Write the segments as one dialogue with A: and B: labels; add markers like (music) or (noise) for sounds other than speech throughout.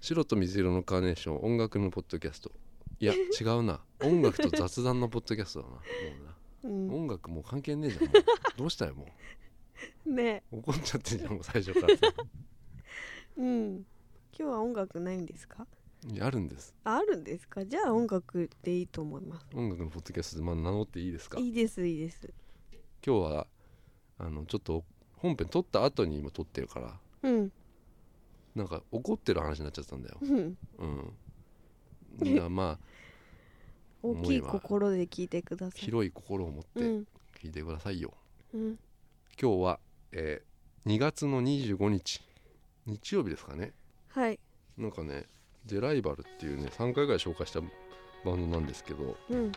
A: 白と水色のカーネーション音楽のポッドキャストいや違うな音楽と雑談のポッドキャストだなもうな
B: うん、
A: 音楽もう関係ねえじゃんもうどうしたよも
B: ね
A: う怒っちゃってんじゃんもう最初からさ
B: うん今日は音楽ないんですか
A: いやあるんです
B: ああるんですかじゃあ音楽でいいと思います
A: 音楽のポッドキャストでまあ名乗っていいですか
B: いいですいいです
A: 今日はあのちょっと本編撮った後に今撮ってるから
B: うん
A: なんか怒ってる話になっちゃったんだよ
B: うん
A: うんだからまあ
B: 大きい心で聞いてください
A: 広い心を持って
B: うん
A: 聞いてくださいよ
B: うん
A: 今日は、えー2月の25日日曜日ですかね
B: はい
A: なんかね「デライバル」っていうね3回ぐらい紹介したバンドなんですけど
B: うん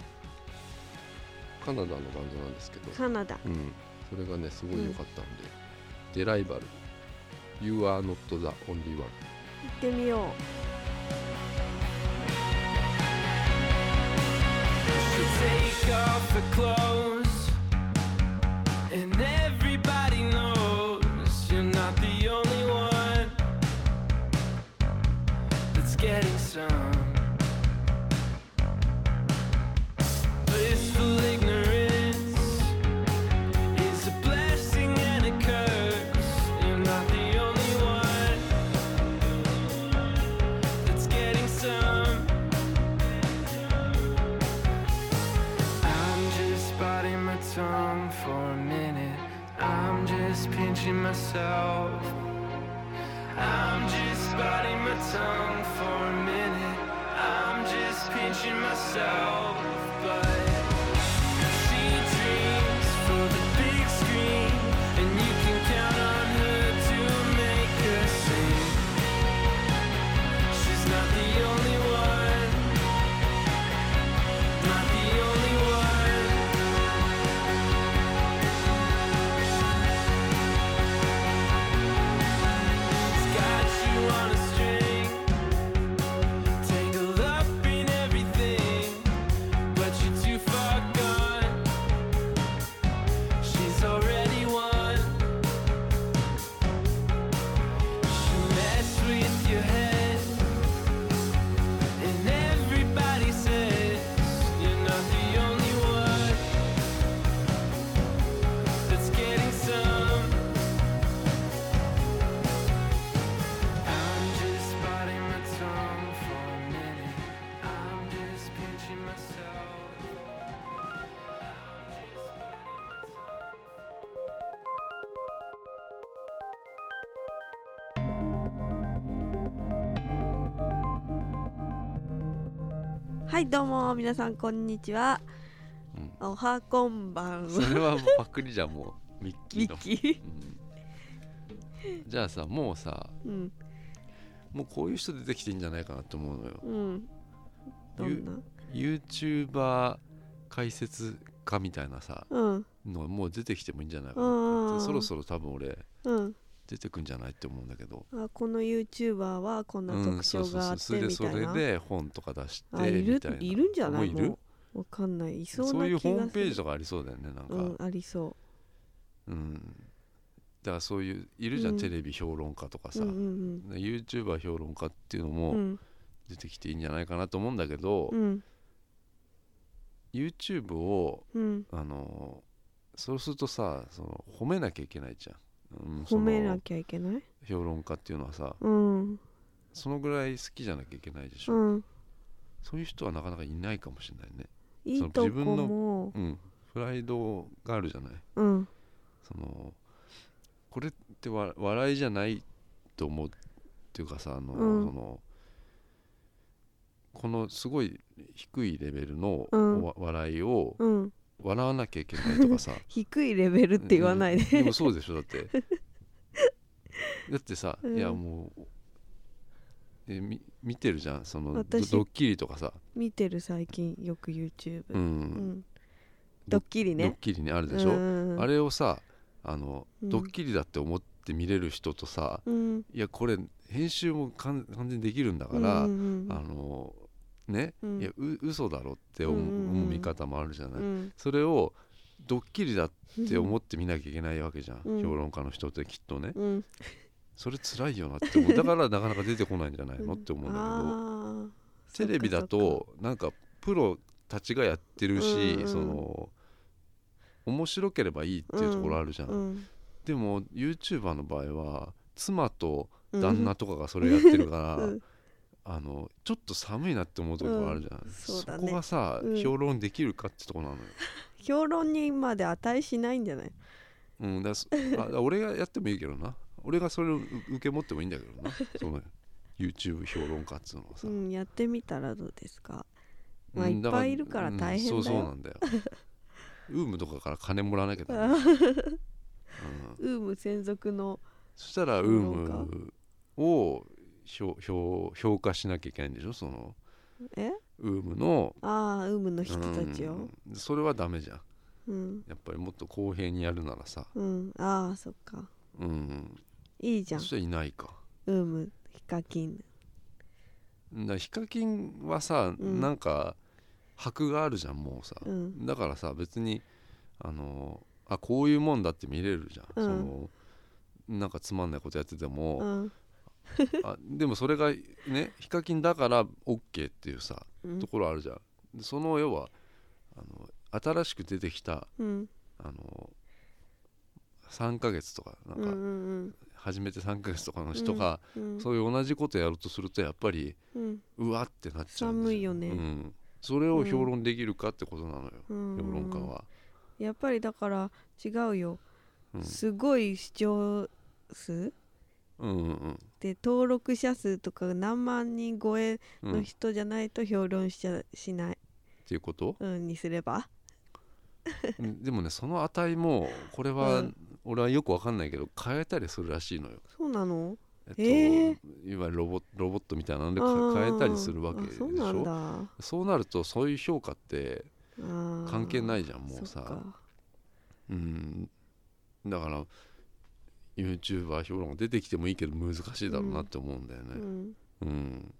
A: カナダのバンドなんですけど、
B: カナダ
A: うん、それがねすごい良かったんで「デライバル」「You are not the only one」
B: 行ってみよ
C: should take off her clothes. And everybody knows you're not the only one that's getting some. Blissful ignorance is a blessing and a curse. You're not the only one that's getting some. I'm just biting my tongue for a minute. I'm just pinching myself. I'm just biting my tongue for a minute. I'm just pinching myself, but she dreams for the big screen, and you can count on her to make her sing. She's not the only one. Not the only one. It's got you on a string, tangled up in everything, but you're too far gone. She's already won. She messed with your head. And everybody says you're not the only one that's getting some. I'm just biting my tongue for a minute. I'm just pinching myself.
B: うはいどうも皆さんこんにちは、
A: うん
B: おはこんばん
A: そ
B: は
A: れはもうパクリじゃんもうミッキ
B: ミ
A: ーの
B: ッキ
A: うんじゃあさもうさ
B: ーうん
A: もうこういう人出てきていいんじゃないかなと思うのよ
B: うんどんな
A: YouTuber 解説家みたいなさ
B: うん
A: のもう出てきてもいいんじゃないか
B: う
A: なんでそろそろ多分俺
B: うん
A: 出てくんじゃないって思うんだけど
B: あこの YouTuber はこんな
A: うん
B: 特
A: そう
B: 徴
A: そう
B: があ
A: そう
B: っ
A: そ
B: て
A: れで
B: み
A: そ
B: たい
A: れ
B: な
A: で本とか出して
B: あい
A: み
B: る
A: たいない
B: るんじゃない
A: もういる
B: もうわかんないいそうな
A: そう
B: 気がす
A: いう
B: る
A: ホームページとかありそうだよねなんか
B: うんありそ
A: うんだからそういういるじゃん、
B: うん
A: テレビ評論家とか
B: う
A: さ、
B: うんうん
A: で YouTuber 評論家っていうの
B: うんう
A: も
B: ん
A: 出てきていいんじゃないかなと思うんだけど、
B: うん
A: YouTube を
B: うん
A: あのそうするとさその褒めなきゃいけないじゃん、うん、そ
B: 褒
A: の
B: めなきゃいけない
A: 評論家っていうのはさ
B: うん
A: そのぐらい好きじゃなきゃいけないでしょ、
B: うん
A: そういう人はなかなかいないかもしれないね
B: いいとこ
A: 自分の
B: も
A: うんプライドがあるじゃない
B: うん
A: そのこれってわ笑いじゃないと思うっていうかさあの、
B: うん
A: そのこのすごい低いレベルの
B: うん
A: わ笑いを
B: うん
A: 笑わなきゃいけないとか
B: (laughs)
A: さ
B: 低いレベルって言わない
A: うんで
B: で
A: もそうでしょだってだってさ、
B: うん
A: いやもうえみ見てるじゃんそのドド
B: 私
A: ッキリとかさ、
B: (laughs) 見てる最近よく YouTube
A: う
B: うんんドッキリ
A: ドッ
B: ね
A: キリにあるでしょ、あ
B: れ
A: れをさあの、
B: うん
A: ドッキリだって思って見れる人とさ、
B: うん
A: いやこれ編集も完完全にできるんだ
B: う
A: か
B: ん
A: ら、
B: うん
A: あのね、
B: うん
A: いやう嘘だろって思う,、
B: うんうんうん
A: 見方もあるじゃない、
B: うん
A: それをドッキリだって
B: うん
A: 思って見なきゃいけないわけじゃん、
B: うん
A: 評論家の人ってきっとね
B: うん
A: それ辛いよなって思うだからなかなか出てこないんじゃないのって思うんだ
B: あ
A: けどテレビだとなんかプロたちがやってるし、
B: うんうん
A: その面白ければいいっていうところあるじゃ
B: ー
A: ん、
B: そっかうん
A: でも YouTuber の場合は妻と
B: うん
A: 旦那とかがそれやってるから、
B: (laughs) うん
A: あのちょっと寒いなって思うところあるじゃん、
B: うんそ
A: そう
B: だね
A: こがさ、
B: うん
A: 評論できるかってとこなのよ、
B: 評論にまで値しないんじゃない
A: うん、だからそあだから俺がやってもいいけどな俺がそれを受受け持ってもいいんだけど
B: (laughs)
A: なその YouTube 評論家っつうのはさ、
B: うんやってみたらどうですかまあ
A: うん
B: いっぱいいるから大変だよ
A: うんそうそうなんだよウームとかから金もらわなきゃダメ、うん、
B: ウーム専属の
A: そしたらウームを評評評価しなきゃいけないんでしょその
B: え
A: ウームの
B: ああウームの人たちを
A: うんそれはダメじゃん
B: うん
A: やっぱりもっと公平にやるならさ
B: うんああそっか
A: うん
B: いいじゃ
A: そ
B: ん
A: したらいないか
B: ウームヒカキン
A: だからヒカキンはさ、
B: うん
A: なんか箔があるじゃんもうさ、
B: うん
A: だからさ別にあのあこういうもんだって見れるじゃん、
B: うん
A: そのなんかつまんないことやってて
B: う
A: も、
B: ん
A: あでもそれがねヒカキンだから OK っていうさ
B: うん
A: ところあるじゃんでその要はあの新しく出てきた
B: うん
A: あの3ヶ月とかな
B: うんうん
A: か
B: ん
A: 初めて3ヶ月とかの人が、
B: うん
A: そういう同じことやろうとするとやっぱり
B: うん
A: うわってなっちゃうんです
B: 寒いよね
A: うん、それを評論できるかってことなのよ、
B: うん
A: 評論家は、
B: やっぱりだから違うよ、
A: うん
B: すごい視聴数
A: うんうんうん
B: で登録者数とかが何万人超え
A: うん
B: の
A: っ
B: 人じゃないと評論しちゃしない、
A: ていう
B: (laughs)
A: こと
B: うん、にすれば
A: うんでもねその値もこれは、
B: うん
A: 俺はよくわかんないけど変えたりするらしいのよ、
B: そうなの
A: えっと
B: え
A: いわゆるロボロボットみたいなので
B: あー
A: 変えたりするわけでし
B: あ
A: ょ
B: そうなんだあ
A: そうなるとそういう評価って
B: ー
A: 関係ないじゃんもう
B: そっ
A: さ
B: か
A: うんだから YouTuber 評論が出てきてもいいけど難しいだろうなって思うんだよ
B: う
A: ね
B: ん、
A: うん、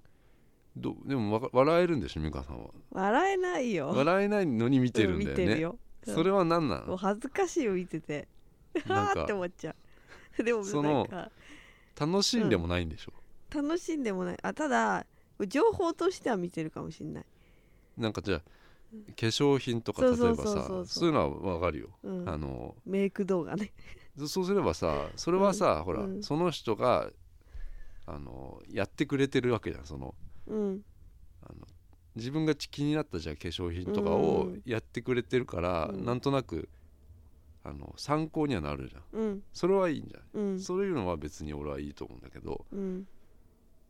A: どでもわか笑えるんでしょ美香さんは
B: 笑えないよ
A: 笑えないのに見てるんだ
B: う
A: よ
B: 見てる
A: ね、
B: よ
A: それは何な
B: もう
A: の
B: 恥ずかしいよ見てて
A: な
B: あ
A: ん
B: (laughs) ーって
A: か
B: 思っちゃうでも
A: そ
B: な
A: の
B: んか
A: 楽しんでもないんでしょ、
B: 楽しんでもないあただ情報としては見てるかもしれない、
A: なんかじゃあ化粧品とか
B: そ
A: 例
B: うそ
A: え
B: うそう
A: ば
B: そう
A: さそういうのはわかるよ、
B: うん、
A: あの
B: メイク動画ね
A: そそうすればさそれはさ、ほら、
B: うん
A: その人があのやってくれてるわけじゃんその
B: うん
A: あの自分がち気になったじゃあ化粧品とかを
B: うん
A: やってくれてるから、
B: うん
A: なんとなくあの参考にはなるじゃん
B: うん
A: それはいいんじゃない、
B: うん
A: そういうのは別に俺はいいと思うんだけど
B: うん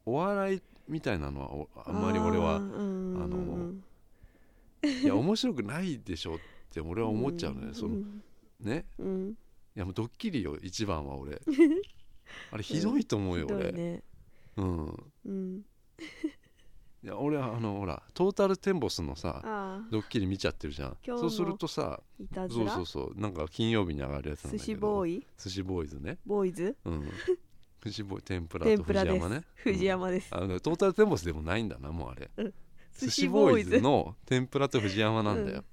A: お笑いみたいなのはおあんまり俺は
B: あーうん
A: あのいや面白くないでしょって俺は思っちゃうのよ、その
B: ん
A: ね
B: うん
A: いやもうドッキリよ一番は
B: (laughs)
A: 俺あれひどいと思うよ、
B: ひど
A: 俺
B: いね
A: うん
B: うん
A: いや俺はあのほらトータルテンボスのさ
B: ああ
A: ドッキリ見ちゃってるじゃん
B: 今日
A: そ
B: も
A: うするとさ
B: いたず
A: そう
B: ら
A: そうそうなんか金曜日に上がるやつなんだけ
B: 寿
A: ど
B: 司ボ
A: イ
B: ーイ
A: 寿司ボーイズね
B: ボーイズ
A: うん
B: (laughs)
A: 寿司ボーイ天ぷら
B: 天
A: と
B: ぷ
A: 藤
B: らです
A: 山ね
B: 藤山です、
A: うんあのトータルテンボスでもないんだなもうあ
B: (laughs)
A: れ
B: 寿
A: 寿
B: 司
A: 司
B: ボ
A: ボ
B: ー
A: ー
B: イ
A: イ
B: ズ
A: ズの天ぷらと藤山なんだよ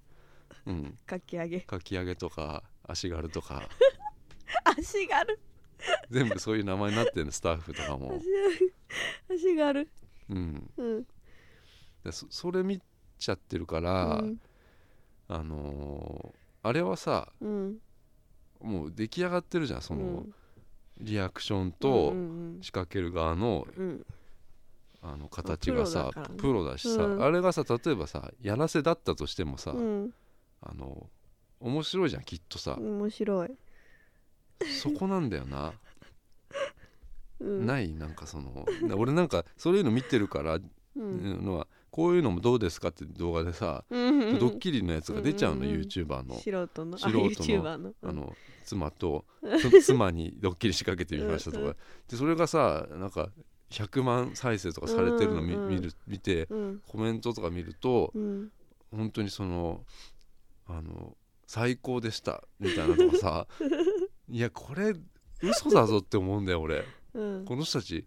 A: うん
B: かき揚げ (laughs)
A: かき揚げとか足軽とか
B: 足軽
A: 全部そういう名前になってるのスタッフとかも
B: 足軽足軽
A: うん
B: うん
A: でそそれ見ちゃってるから、
B: うん
A: あのーあれはさ
B: うん
A: もう出来上がってるじゃんそ
B: うん
A: のリアクションと
B: うんうん
A: 仕掛ける側の
B: うんうん
A: あの形がさ
B: プロだからね
A: プロだしさ、
B: うん
A: あれがさ例えばさやらせだったとしてもさ、
B: うん
A: あの面白いじゃんきっとさ、
B: 面白い、
A: そこなんだよな、
B: うん、い、
A: ないなんかそのな俺なんかそういうの見てるから、
B: うん
A: のはこういうのもどうですかって動画でさ、
B: うんうんうん、
A: ドッキリのやつが出ちゃうの、
B: うんうんうん
A: YouTuber の。
B: 素人の
A: 素人の
B: あ YouTuber の
A: あ
B: うん
A: の妻
B: (laughs)
A: とつ妻にドッキリ仕掛けてみましたと
B: うんう
A: かでそれがさなんか100万再生とかされてるの見,、
B: うんうん
A: 見る見て
B: うん
A: コメントとか見ると
B: うん
A: 本当にそのあの最高でしたみたいなのが
B: (laughs)
A: さいやこれ嘘だぞって思うんだよ俺
B: うん
A: この人たち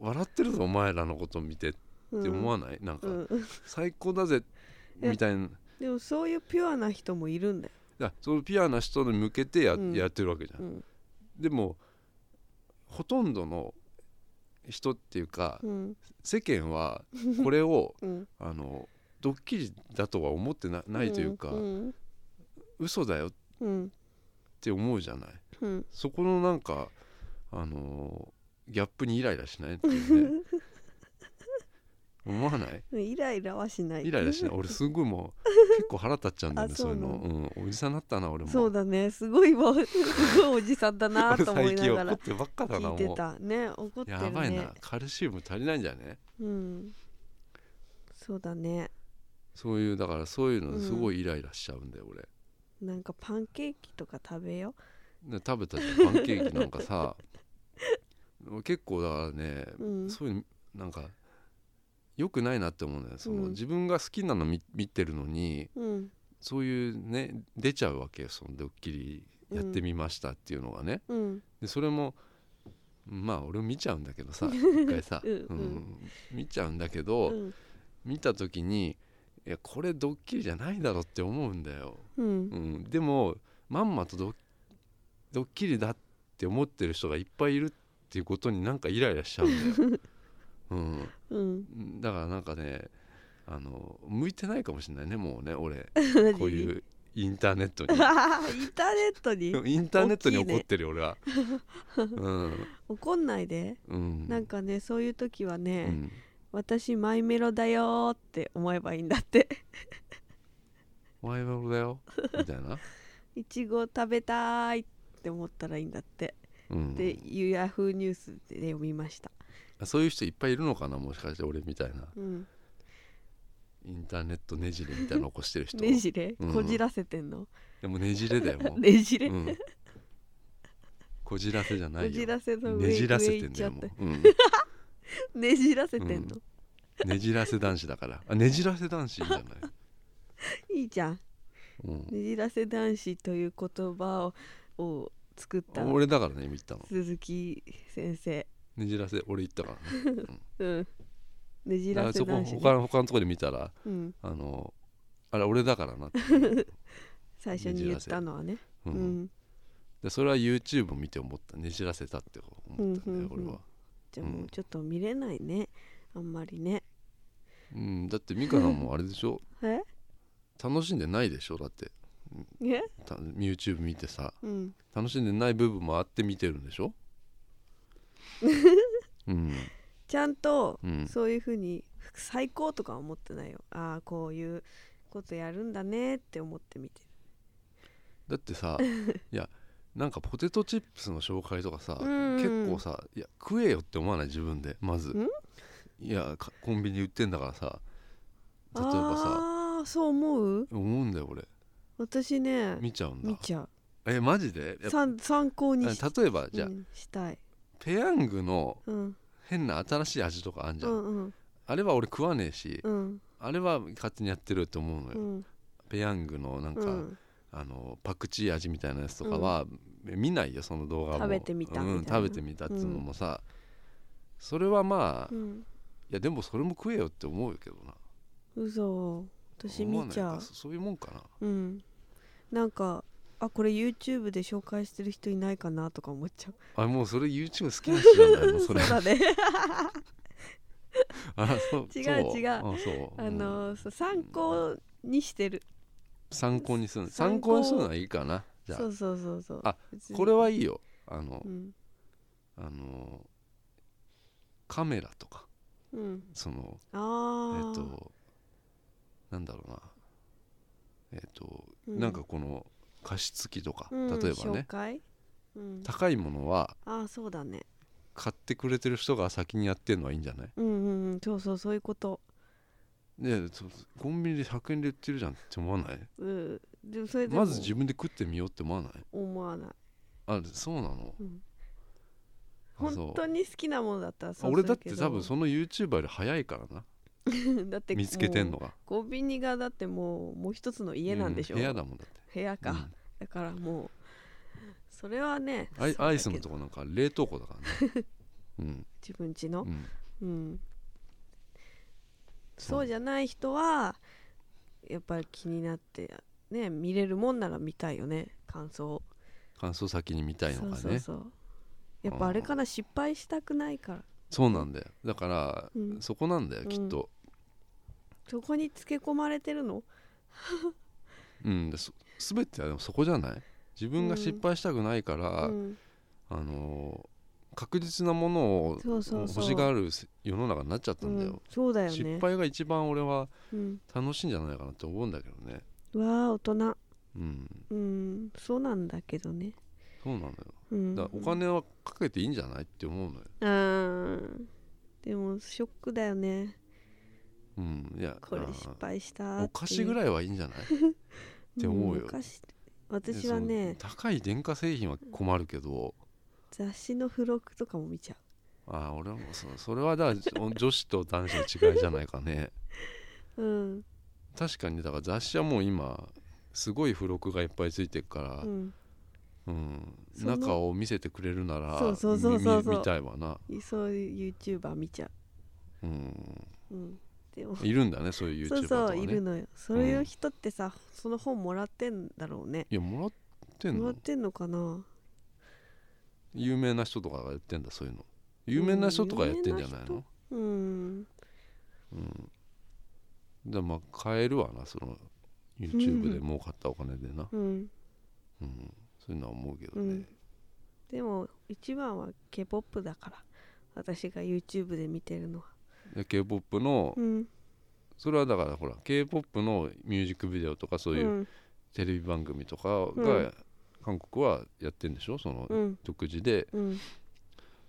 A: 笑ってるぞお前らのこと見てって
B: うん
A: 思わない、なんか
B: うん
A: 最高だぜ
B: え
A: みたいな
B: でもそういうピュアな人もいるんだよ、
A: だそのピュアな人に向けてや,、
B: うん
A: やってるわけじゃん
B: うん
A: でもほとんどの人っていうか
B: うん
A: 世間はこれを
B: うん
A: あのドッキリだとは思ってなないというか、
B: うん
A: 嘘だよっ
B: うん
A: て思うじゃない
B: うん
A: そこのなんかあのーギャップにイライラしないっていうね
B: (laughs)
A: 思わない
B: うんイライラはしない
A: イライラしない俺すごいもう結構腹立っちゃうんだよね
B: あ
A: そういう
B: そ
A: の
B: うな
A: うん、おじさんだったな俺も
B: そうだねすごいわすごいおじさんだな
A: 俺
B: と思い
A: 最近
B: な
A: 怒
B: が
A: っ
B: ら
A: てばっかだな
B: 聞
A: も
B: いうてたね怒ってるね
A: やばいなカルシウム足りないんじゃね
B: うんそうだね
A: そういうだからそういうのすごいイライラしちゃうんだよ俺
B: なんかパンケーキとか食べよ
A: で食べたじゃんパンケーキなんか
B: (laughs)
A: さ結構だからね、
B: う、うん、
A: そういうなんか良くないなって思うんだよねその、
B: うん
A: 自分が好きなの見見てるのに
B: うん
A: そういうね出ちゃうわけよそのドッキリやってみましたっていうのがね、
B: うん
A: でそれもまあ俺も見ちゃうんだけど
B: (laughs)
A: さ一回さ
B: うん
A: う
B: うん
A: ん見ちゃうんだけ
B: う
A: ど、
B: ん
A: 見た時にいやこれドッキリじゃないだろって思うんだよ、
B: うん
A: うん、でもまんまとドッドッキリだって思ってる人がいっぱいいるっていうことになんかイライラしちゃうんだ
B: (laughs)
A: よ、うん、
B: うん
A: だからなんかねあの向いてないかもしれないねもうね俺こういうインターネット (laughs)
B: (laughs) インタ
A: に
B: ーネットに
A: インターネットに
B: 大きいね
A: 怒ってるよ俺はう
B: (laughs)
A: ん
B: 怒んないで
A: うん
B: なんかねそういう時はね、
A: うん
B: 私マイメロだよーって思えばいいんだって (laughs)
A: お前は俺だよみたいな、
B: いちご食べたいって思ったらいいんだって (laughs)
A: うん
B: っていうヤフーニュースで読みました
A: そういう人いっぱいいるのかなもしかして俺みたいな
B: うん
A: インターネットねじれみたいなの起こしてる人
B: ねじれ、
A: うん
B: こじらせてんの
A: でもねじれだよもう、
B: ねじれ、
A: うん、こじらせじゃない
B: こ
A: よ
B: じらせの上
A: ねじらせ
B: 上
A: て
B: 行
A: ん
B: っ
A: だ
B: ちゃ
A: よ
B: っ
A: も
B: て
A: う、うん、
B: ねじらせてんの、
A: ねじらせ男子だからあねじらせ男子いい
B: (laughs)
A: んじゃない、
B: いいじゃん
A: うん、
B: ねじらせ男子という言葉をを作った
A: 俺だからね今言ったの
B: 鈴木先生
A: ねじらせ俺言ったからね、
B: うんねじ
A: だからら
B: せ
A: そこ
B: 男子ね
A: 他の他のとこで見たら
B: うん、
A: あのあれ俺だからなって、
B: 最初に言ったのはね
A: う
B: うんん
A: でそれは YouTube を見て思ったねじらせたって思ったんだよ、
B: うんうんうん
A: 俺は、
B: じゃあもうちょっと見れないねあんまりね
A: うん、だって美香さんもあれでしょ
B: え
A: 楽しんでないでしょだって
B: え
A: た YouTube 見てさ
B: うん
A: 楽しんでない部分もあって見てるんで
B: (laughs)
A: しょうん
B: ちゃんと
A: うん
B: そういうふうに最高とかは思ってないよああこういうことやるんだねって思って見て
A: だってさいやなんかポテトチップスの紹介とかさ、
B: うん
A: 結構さいや食えよって思わない自分でまず
B: ん
A: いやかコンビニ売ってんだからさ例
B: る
A: えばさ
B: ああそう思う
A: 思うんだよ俺
B: 私ね
A: 見ちゃうんだ
B: 見ちゃ
A: えマジでいうや
B: 参参考にし,、
A: あ例えばじゃあ、
B: うん、したい、
A: ペヤングの
B: うん、
A: 変な新しい味とかあんじ
B: う
A: ゃん、
B: んうん
A: あれは俺食わねえし、
B: うん
A: あれは勝手にやってるって思うのよ、
B: うん
A: ペヤングのなんか、
B: うん
A: あのパクチー味みたいなやつとかは、見ないよその動画も
B: 食べてみたみたいな
A: うん、食べてみたっていうのもさ、それはまあ、
B: う
A: い
B: ん
A: やでもそれも食えよって思うけどな
B: 嘘私
A: 思わ
B: 見
A: ない
B: ち
A: か
B: ゃ
A: そそういうもんかな
B: ううんなんかあこれ YouTube で紹介してる人いないかなとか思っちゃう
A: あもうそれ YouTube 好きな人じゃないのそ
B: (laughs) そう
A: れ
B: だね
A: あそう
B: 違う
A: そう
B: 違う
A: あそう
B: あ
A: う
B: の
A: ん
B: そう参考にしてる
A: 参考にする参
B: 参
A: 考
B: 考
A: にするのはいいかなじゃ
B: そうそうそうそう
A: あ
B: 別
A: あ
B: に
A: これはいいよあの
B: う、ん
A: あのカメラとか
B: うん
A: その
B: あ
A: え
B: あ
A: っとなんだろうなえっと、
B: うん
A: なんかこの加湿器とか、
B: うん
A: 例えば
B: 紹
A: ね
B: 介、うん、
A: 高いものは
B: ああそうだね
A: 買ってくれてる人が先にやってるのはいいんじゃない
B: うんうんうんそうそうそういうこと
A: でそコンビニで100円で売ってるじゃんって思わない
B: うんでもそれでも
A: まず自分で食ってみようって思わない
B: 思わない、
A: あそうなの
B: うん、
A: あそう
B: 本当に好きなものだったら
A: あ
B: そう
A: 俺
B: す
A: だ
B: る
A: っ
B: け
A: て
B: ど
A: 多分その YouTuber より早いからな
B: (laughs) だって
A: 見つけてん
B: も
A: のが
B: うコンビニがだってもうもう一つの家なんでしょ、
A: う部屋だもんだって
B: 部屋か、
A: うん
B: だからもうそれはね
A: アイ
B: そうだけど
A: アイスのとこなんか冷凍庫だから
B: (laughs)
A: ねうん、
B: 自分家の
A: うん、
B: うんそうじ
A: ゃ
B: ゃない人はやっぱり気になってね見れるもんなら見たいよね感想を
A: 感想先に見たいの
B: そ
A: かね
B: うそうそうやっぱあれかな失敗したくないから
A: そうなんだよだから、
B: うん
A: そこなんだよ
B: うん
A: きっと、
B: そこにつけ込まれてるの
A: うんでそ全てはでもそこじゃない自分が失敗したくないから、
B: うん、
A: あのー確実なものを
B: そうそうそう
A: 欲しがるせ世の中になっちゃったんだ
B: うん
A: よ、
B: そうだよね
A: 失敗が一番俺は
B: うん、
A: 楽しいんじゃないかなって思うんだけどね
B: うわあ大人
A: うん
B: うんそうなんだけどね、
A: そうなのよ
B: うん、
A: だからお金はかけていいんじゃないって思うのよ
B: うんでもショックだよね
A: うんいや
B: これ
A: あー
B: 失敗した
A: お菓子ぐ
B: いっ
A: らいはいいんじゃない
B: て
A: て思うよ
B: んお菓子私は
A: で
B: ね
A: その高い電化製品は困るけど、
B: 雑誌の付録とかも見ちゃ
A: ああ俺はもうそそれはだから女子と男子の違いじゃないかね
B: ううん
A: 確かにだから雑誌はもう今すごい付録がいっぱいついてるから
B: う、ん
A: うん、
B: その
A: 中を見せてくれるなら
B: そうそうそうそうそう
A: みみ見たいわな、
B: そういう YouTuber 見ちゃ
A: うん、
B: ううんでも
A: いるんだねそういう YouTuber
B: そう
A: と
B: そ
A: か
B: う
A: ね
B: いるのよそういう人ってさ、その本もらってんだろうね
A: いやもらってん
B: も
A: の
B: らってんのかな
A: 有名な人とかがやってんだそういうの有名な人とかやってんじゃないの、
B: うん
A: うん、でまあ買えるわなその YouTube で儲かったお金でな、
B: うん
A: うん、そういうのは思うけど
B: う
A: ね、
B: んでも一番は k p o p だから私が YouTube で見てるのは
A: で k p o p の
B: うん
A: それはだからほら k p o p のミュージックビデオとかそういううんテレビ番組とか
B: う
A: が
B: ん
A: 韓国はやってんでしょその
B: うん
A: 独自で
B: うん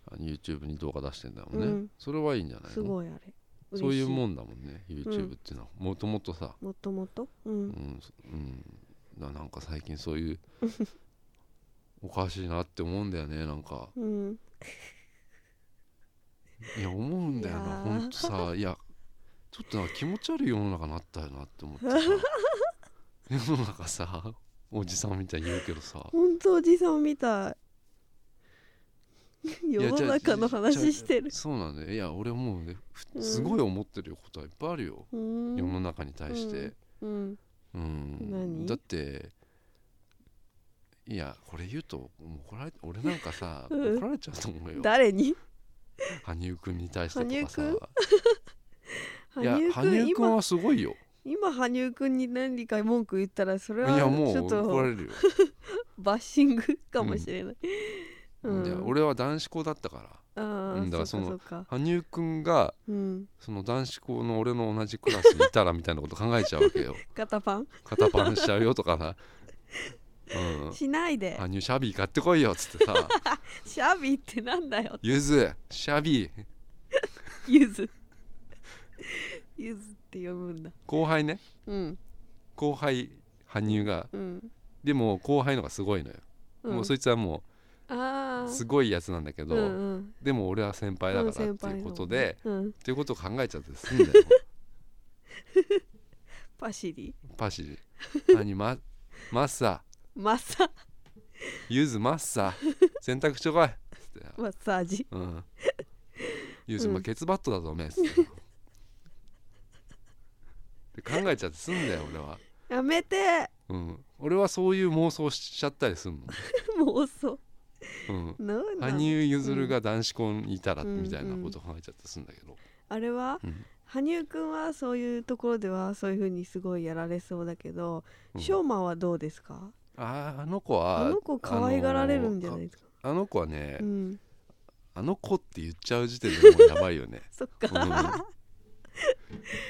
A: あの YouTube に動画出してんだもんね、
B: うん
A: それはいいんじゃない
B: す
A: の
B: ごいあれ
A: そういうも
B: ん
A: んだもんね YouTube っていうのはもともとさ、
B: もともとう
A: うんんそうん、ななんか最近そういうおかしいなって思うんだよねなんか
B: うん
A: いや思うんだよない
B: やー
A: ほんとさいやちょっとなんか気持ち悪い世の中になったよなって思
B: (laughs)
A: ってさ世の中さおじさんみたいに言うけどさ
B: 本当おじさんみたい
A: いや
B: 世の中の話してる
A: じゃあそうなんだよいや俺もうねふ
B: うん
A: すごい思ってることはいっぱいあるよ、
B: う
A: 世の
B: ん
A: 中に対して、
B: うん
A: うん
B: 何
A: だっていやこれ言うともう怒られ俺なんかさ、
B: (laughs) うん
A: 怒られちゃうと思うよ
B: 誰に
A: 羽生くんに対してとかさ
B: 羽
A: いや
B: 羽生
A: 羽
B: くん
A: 生くん
B: 今
A: はすごいよ
B: 今羽生くんに何か文句言ったらそれはい
A: やも
B: ちょ
A: う
B: っ
A: 怒ら
B: と
A: れるよ
B: バッシングかもしれない、うん
A: いや俺は男子校だったから
B: ああ
A: うんだから
B: そうかそ
A: そう
B: か
A: 羽生くんが
B: うん
A: その男子校の俺の同じクラスにいたらみたいなこと考えちゃうわけよ
B: 肩パン
A: 肩パンしちゃうよとかな、うん、
B: しないで
A: 羽生シャビー買ってこいよっつって
B: (laughs)
A: さ
B: シャビーってなんだよ
A: 「ゆずシャビー
B: ゆ (laughs) ずゆずって呼ぶんだ
A: 後輩ね
B: うん
A: 後輩羽生が
B: うん
A: でも後輩のがすごいのよ、
B: うん
A: もうそいつはも
B: あ
A: う
B: あ
A: すごいやつなんだけど、
B: うんうん
A: でも俺は先輩だから
B: う
A: っ
B: ん
A: ていうこと
B: 先
A: で、
B: 輩だもんねうん
A: っていうことを考えちゃってすんだ
B: (laughs)
A: よ
B: パシリ
A: パシリ何まマッサ
B: マッサ
A: ーゆずマッサー洗濯してこいっつって
B: マッサージ
A: うんゆず、
B: うん
A: まあケツバットだぞおめえっつっ
B: (laughs)
A: てで考えちゃってすんだよ俺は、
B: やめて (laughs)
A: うん、俺はそういう妄想しちゃったりすんの、
B: 妄想
A: うん、
B: なんだ
A: 羽生結弦が男子校にいたら
B: うん
A: みたいなこと考えちゃってすんだけど、
B: あれは
A: うん
B: 羽生くんはそういうところではそういうふうにすごいやられそうだけど、
A: うん
B: ショーマンはどうですか
A: あーあの子は
B: あの子可愛がられるんじゃないですか、
A: あのあの子はね、
B: うん
A: あの子って言っちゃう時点でもうやばいよね
B: そっ
A: う
B: か
A: ん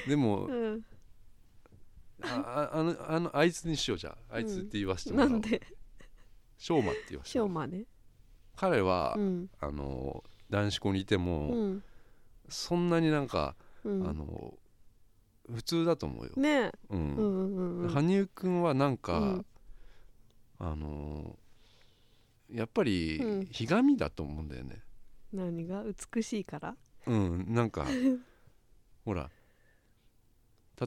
A: でも、
B: うん
A: あああのあのあいつにしようじゃああいつって言わせても
B: な
A: らおう、
B: んで
A: しょうまって言わせ
B: シ
A: て
B: ョー
A: もらおう
B: マンね
A: 彼は、
B: うん
A: あの男子校にいて
B: う
A: も、
B: ん
A: そんなになんか、
B: うん
A: あの普通だと思うよ、
B: ねえ
A: う
B: うんんうんうん
A: 羽生くんはなんか、
B: うん
A: あのやっぱり
B: うん
A: ひがみだと思うんだよね
B: 何が美しいから
A: うん、なん
B: (laughs)
A: かほら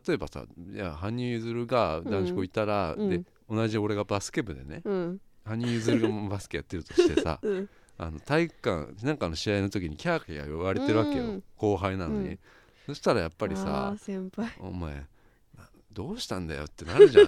A: 例えばさいや羽生結弦が男子校いたら、
B: うんう
A: で
B: ん
A: 同じ俺がバスケ部でね
B: うん
A: 羽生結弦がもうバスケやってるとして
B: (laughs)
A: さ
B: うん
A: あの体育館なんかの試合の時にキャーキャー言われてるわけよ、
B: うん
A: 後輩なのに、
B: うん
A: そしたらやっぱり
B: あ
A: さ
B: ー先輩 (laughs)
A: 「お前などうしたんだよ」ってなるじゃんい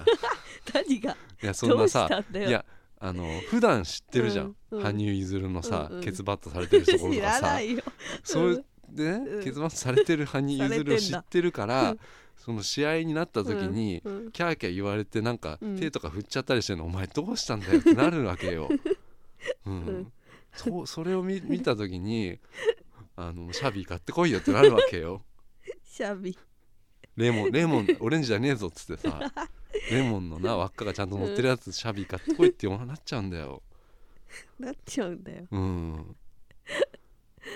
B: 何が
A: やそ
B: ど
A: ん
B: う
A: な
B: した
A: さ
B: んだ
A: い
B: よ
A: やあの普段知ってるじゃん、
B: うんうん
A: 羽生結弦のさ、
B: うんうん
A: ケツバットされてるところ
B: 知
A: とからさ
B: ないよ
A: そうでね、
B: うん
A: ケツバットされてる羽生結弦を知ってるから、
B: されてん
A: その試合になった時に、
B: うんうん
A: キャーキャー言われてなんか、
B: うん
A: 手とか振っちゃったりしてるのお前どうしたんだよってなるわけ
B: (laughs)
A: よ。うん
B: ん
A: そうそれを見見た時にあのシャビー買ってこいよってなるわけよ。
B: シャビ
A: レモンレモンオレンジじゃねえぞっつってさレモンのな輪っかがちゃんと乗ってるやつシャビー買ってこいってなっちゃうんだよ。
B: なっちゃうんだよ
A: うん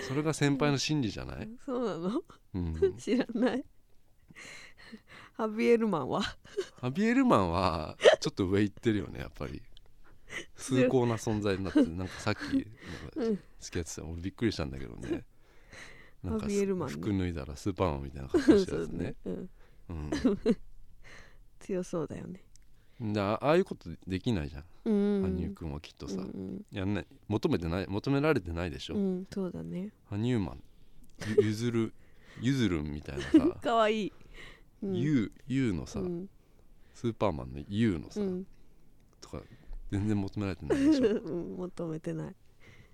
A: それが先輩の心理じゃない、
B: そうなの
A: うん、
B: 知らないハビエルマンは
A: ハビエルマンはちょっと上行ってるよねやっぱり崇高な存在にな
B: (laughs)
A: ってなんかさっき
B: う
A: なん
B: ん
A: か付き合ってた俺びっくりしたんだけどねなんか
B: ハビエルマンね
A: 服脱いだらスーパーマンみたいな格好してる
B: そ
A: や
B: う
A: つね、
B: う
A: う
B: ん、強そうだよね
A: ん、だああいうことできないじゃん
B: うんうん
A: 羽生くんはきっとさ、
B: うん
A: やんない求めてない求められてないでし
B: う
A: ょ、
B: ん、うん、そうだね
A: 羽生マンゆゆずるゆずるんみたいなさ
B: かわいい、うん、
A: ゆうゆうの
B: う
A: さ、
B: ん
A: スーパーマンの U のさ、
B: うん、
A: とか全然求められてない
B: (laughs)
A: でしょ
B: うん求めてない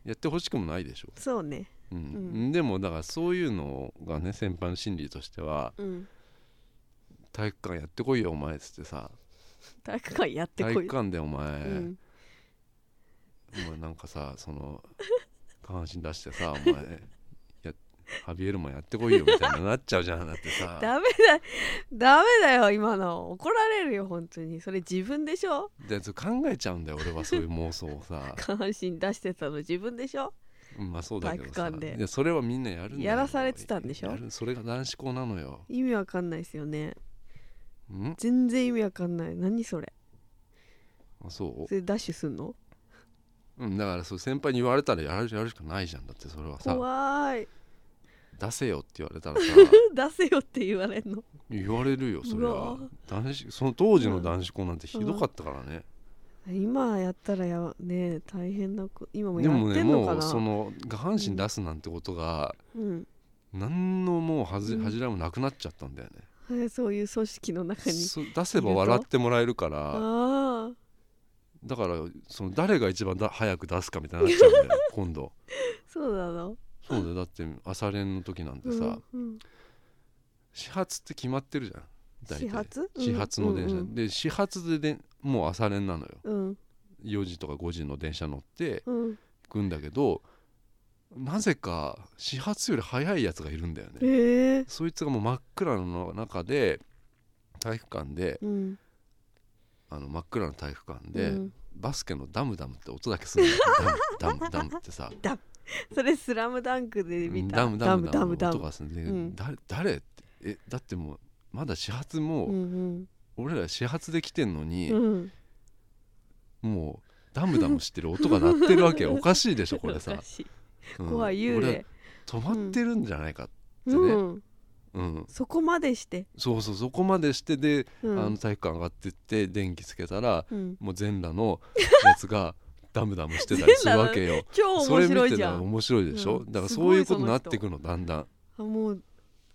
A: やってほしくもないでしょ、
B: そうね
A: うん
B: うん
A: でもだからそういうのがね先輩の心理としては
B: うん
A: 体育館やってこいよお前っつってさ
B: 体育館やって
A: 体
B: こい
A: 育館でお前、
B: うん、
A: お前なんかさその下半身出してさお前 (laughs) やハビエルマンやってこいよみたいななっちゃうじゃんだってさ
B: ダメ (laughs) だダメだよ今の怒られるよ本当にそれ自分でしょ
A: でそう考えちゃうんだよ俺はそういう妄想を
B: (laughs)
A: さ
B: 下半身出してたの自分でしょ
A: うんまあそうだけど
B: 体
A: さ
B: 育館で
A: いやそれはみんなやるんだよ
B: やらされてたんでしょ
A: やるそれが男子校なのよ
B: 意味わかんないですよね
A: ん
B: 全然意味わかんない何それ
A: あそ
B: それダッシュすんの
A: う、うん、だからそう先輩に言われたらやるやるしかないじゃんだってそれはさ
B: 怖い
A: 出せよって言われた
B: (laughs)
A: らさ
B: 出せよって言われんの
A: 言われるよそれ
B: う
A: は
B: わ
A: 男子その当時の男子校なんてひどかったからね、
B: 今やったらやばね大変なこ今も
A: で
B: や
A: も
B: っ
A: ね
B: てんのか
A: も
B: な
A: うその下半身出すなんてことが
B: うん
A: 何のもうはず
B: うん
A: 恥じらいもなくなっちゃったんだよね、
B: はいそういう組織の中に
A: そ出せば笑ってもらえるから
B: ああ
A: だからその誰が一番だ早く出すかみたいになっちゃうんだよ今度
B: そうなの
A: そうだよだって朝練の時なんてさ、
B: うんうん
A: 始発って決まってるじゃん大体
B: 始発
A: 始発の電車、
B: うんうん
A: で始発ででもう朝練なのよ
B: うん
A: 4時とか5時の電車乗って
B: うん
A: 行くんだけどなぜか始発より早いやつがいるんだよね
B: ええ
A: そいつがもう真っ暗の中で体育館で
B: うん
A: あの真っ暗の体育館で、
B: うん
A: バスケのダムダムって音だけするのよダムダムダムってさ
B: それスラムダンクで見た
A: ダムダムダムの
B: ダ
A: 音
B: ム
A: がするんで、
B: うん
A: だ誰ってえだってもうまだ始発
B: う
A: も
B: ん
A: 俺ら始発で来てんのに、
B: うんうん
A: もうダムダムしてる音が鳴ってるわけ
B: (laughs)
A: よおかしいでしょこれ
B: お
A: さ
B: か、しい
A: うん
B: 怖い幽
A: 俺
B: 霊
A: 止まってるんじゃないかってね、う
B: うんんそこまでして
A: そうそうそこまでしてで、
B: うん
A: あの体育館上がってって電気つけたら
B: うん
A: もう全裸のやつ
B: (laughs)
A: がダムダムしてたりするわけよ
B: 超
A: それ
B: 面
A: 見
B: 白い
A: て
B: じ
A: たら
B: ゃん
A: 面白いでしょ、
B: うん
A: だからそういう
B: す
A: こ
B: ご
A: とに
B: いその人
A: なっていくのだんだん
B: あもう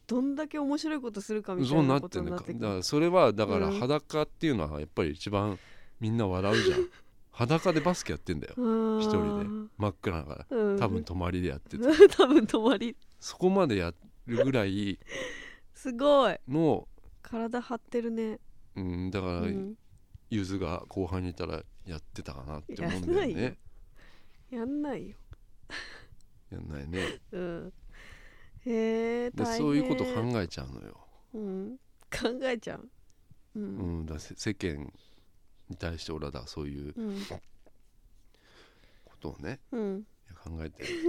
B: どんだけ面白いことするかみた
A: そ
B: いう
A: な
B: な
A: っ
B: こ
A: て
B: と
A: ん
B: に
A: だ
B: な
A: か
B: ってく
A: だか
B: る
A: らそれはだから
B: うん
A: 裸っていうのはやっぱり一番みんな笑うじゃん裸でバスケやってんだよ一
B: 一
A: 人真っ暗だから
B: で、うん、
A: 多分泊まりでやってて
B: (laughs) 多分泊まり
A: そこまでやるぐらい
B: すごい
A: の、
B: 体張ってるね、
A: うん、だから
B: うん、
A: ゆずが後輩にいたらやってたかなって思うんだよ
B: やんないよ
A: ね
B: やんないよ、
A: やんないね
B: うん、へえ
A: で
B: 大変
A: そういうこと考えちゃうのよ、
B: うん、考えちゃうう
A: うんん、だからせ世間に対して俺はだからそういう
B: うん
A: ことをね
B: うん
A: 考えてる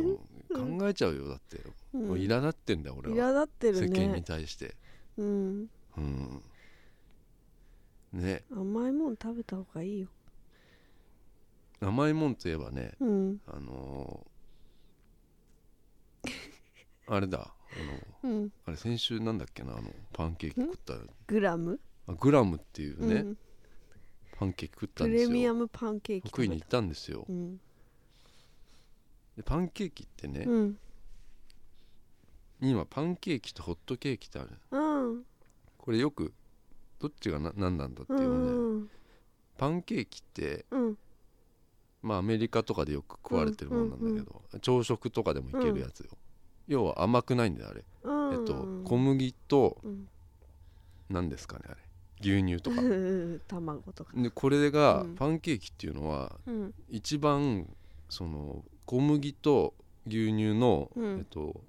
A: と思う考えちゃうよだって、
B: うん
A: もう苛立ってんだよ俺は
B: 苛立
A: 世
B: ってる
A: 間に
B: ね、
A: 対して
B: うん、
A: うんね
B: 甘いもん食べた方がいいよ、
A: 甘いもんといえばね
B: うん
A: あの
B: (laughs)
A: ーあれだあの
B: うん、
A: あれ先週なんだっけなあのパンケーキ食った
B: グラム、
A: あグラムっていうね、
B: うん、
A: パンケーキ食った
B: プ
A: んで
B: レ
A: す
B: ミア
A: よ
B: ムパンケーキ
A: 食いに行
B: た
A: ったんですよ
B: うん
A: でパンケーキってね、
B: うん
A: 今パンケーキとホットケーキってある
B: うん
A: これよくどっちがな何なんだって
B: う
A: いうね、
B: ん
A: パンケーキって
B: うん
A: まあアメリカとかでよく食われてるもんなんだけど、
B: うんうん
A: 朝食とかでもいけるやつよ、要は甘くないんだよあれ、
B: うん
A: えっと小麦と
B: うん
A: 何ですかねあれ牛乳とか
B: 卵とか
A: でこれが
B: うん
A: パンケーキっていうのは
B: うん
A: 一番その小麦と牛乳の、
B: うん
A: えっと、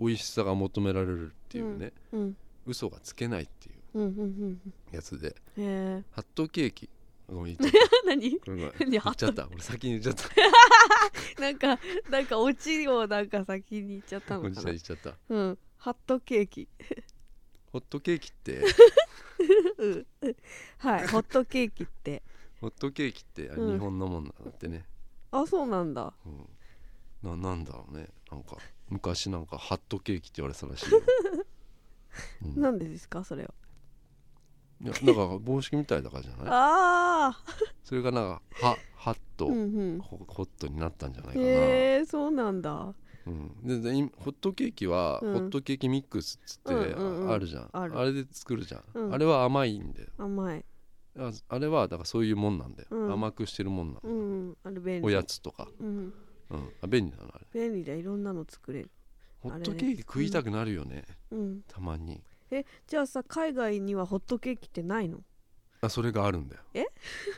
A: 美味しさが求められるっていうね、
B: うん
A: 嘘がつけないってい
B: うんうんうん
A: うやつで
B: うんへえ
A: ハットケーキごめん言っちゃっ
B: (laughs) 何
A: たごめんごめん
B: (laughs) いや
A: 言っちゃった俺先に言っ
B: (laughs)
A: ちゃっ
B: なんかなんかオチをなんか先に言っちゃった
A: たごめん
B: の
A: な
B: か
A: さ
B: ない
A: 言っちゃった
B: うんハットケーキ
A: ホットケーキって
B: (laughs) うんはいホットケーキって
A: ホットケーキってあれ
B: うん
A: 日本のもんなんだってね、
B: あそうなんだ
A: うんななんだろうねなんか昔なんかハットケーキって言われてたらしい
B: (laughs)
A: よ、うんいや
B: なんでですかそれは
A: なんか帽子みたいだからじゃない
B: ああ
A: それがなんかハハット、
B: うんうん
A: ホホットになったんじゃないかな、
B: へえそうなんだ
A: うん、でで今ホットケーキは、
B: うん
A: ホットケーキミックスっつって、
B: うんうんうん
A: ああるじゃん
B: ある
A: れで作るじゃん、
B: うん
A: あれは甘いんだよ
B: 甘い
A: ああれはだからそういうもんなんだよ、
B: うん
A: 甘くしてるもんなんだ
B: う
A: よ、
B: んあれ便利
A: おやつとか、
B: うん
A: うん、あ便利なのあれ
B: 便利だいろんなの作れる
A: ホットケーキ食いたくなるよね
B: うん
A: たまに
B: えじゃあさ海外にはホットケーキってないの
A: あそれがあるんだよ
B: え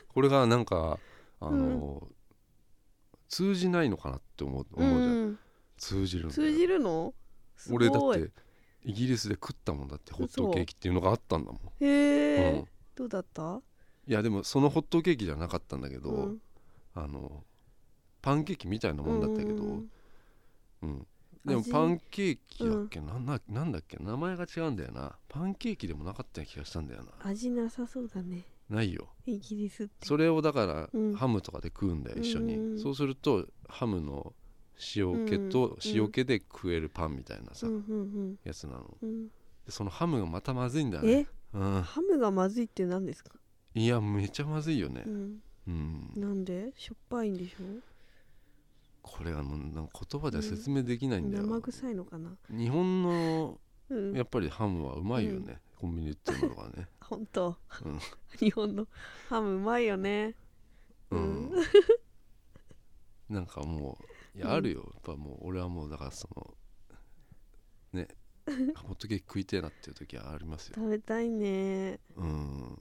A: これがなんかあのー、通じないのかなって思う思うじゃん、
B: うん
A: 通じるんだよ
B: 通じるのすごい
A: 俺だってイギリスで食ったもんだってホットケーキっていうのがあったんだもん、
B: へ
A: うん
B: え、どうだった
A: いやでもそのホットケーキじゃなかったんだけど、
B: うん
A: あのパンケーキみたいなもんだったけど、
B: う
A: うん
B: ん
A: でも
B: 味
A: パンケーキだっけ、なんだなんだっけ名前が違うんだよなパンケーキでもなかったような気がしたんだよな
B: 味なさそうだね
A: ないよ
B: イギリスって
A: それをだから、
B: うん
A: ハムとかで食うんだよ一緒に、
B: うんうん
A: そうするとハムの塩気と
B: うん
A: 塩気で食えるパンみたいなさ、
B: うんうん
A: やつなの
B: うんうん
A: でそのハムがまたまずいんだよね
B: え
A: うん
B: ハムがまずいって何ですか
A: いやめちゃまずいよね
B: うん
A: うん
B: なんでしょっぱいんでしょ
A: これはもうなんか言葉では説明できないんだよ、
B: 生臭いのかな
A: 日本の
B: うん
A: やっぱりハムはうまいよね、コンビニで売ってるのが (laughs) ね
B: 本当
A: うん
B: 日本のハムうまいよね
A: うん、なんかもういや
B: うん
A: あるよやっぱもう俺はもうだからそのねホットケーキ食いてえなっていう時はあり (laughs) ますよ
B: 食べたいね
A: うん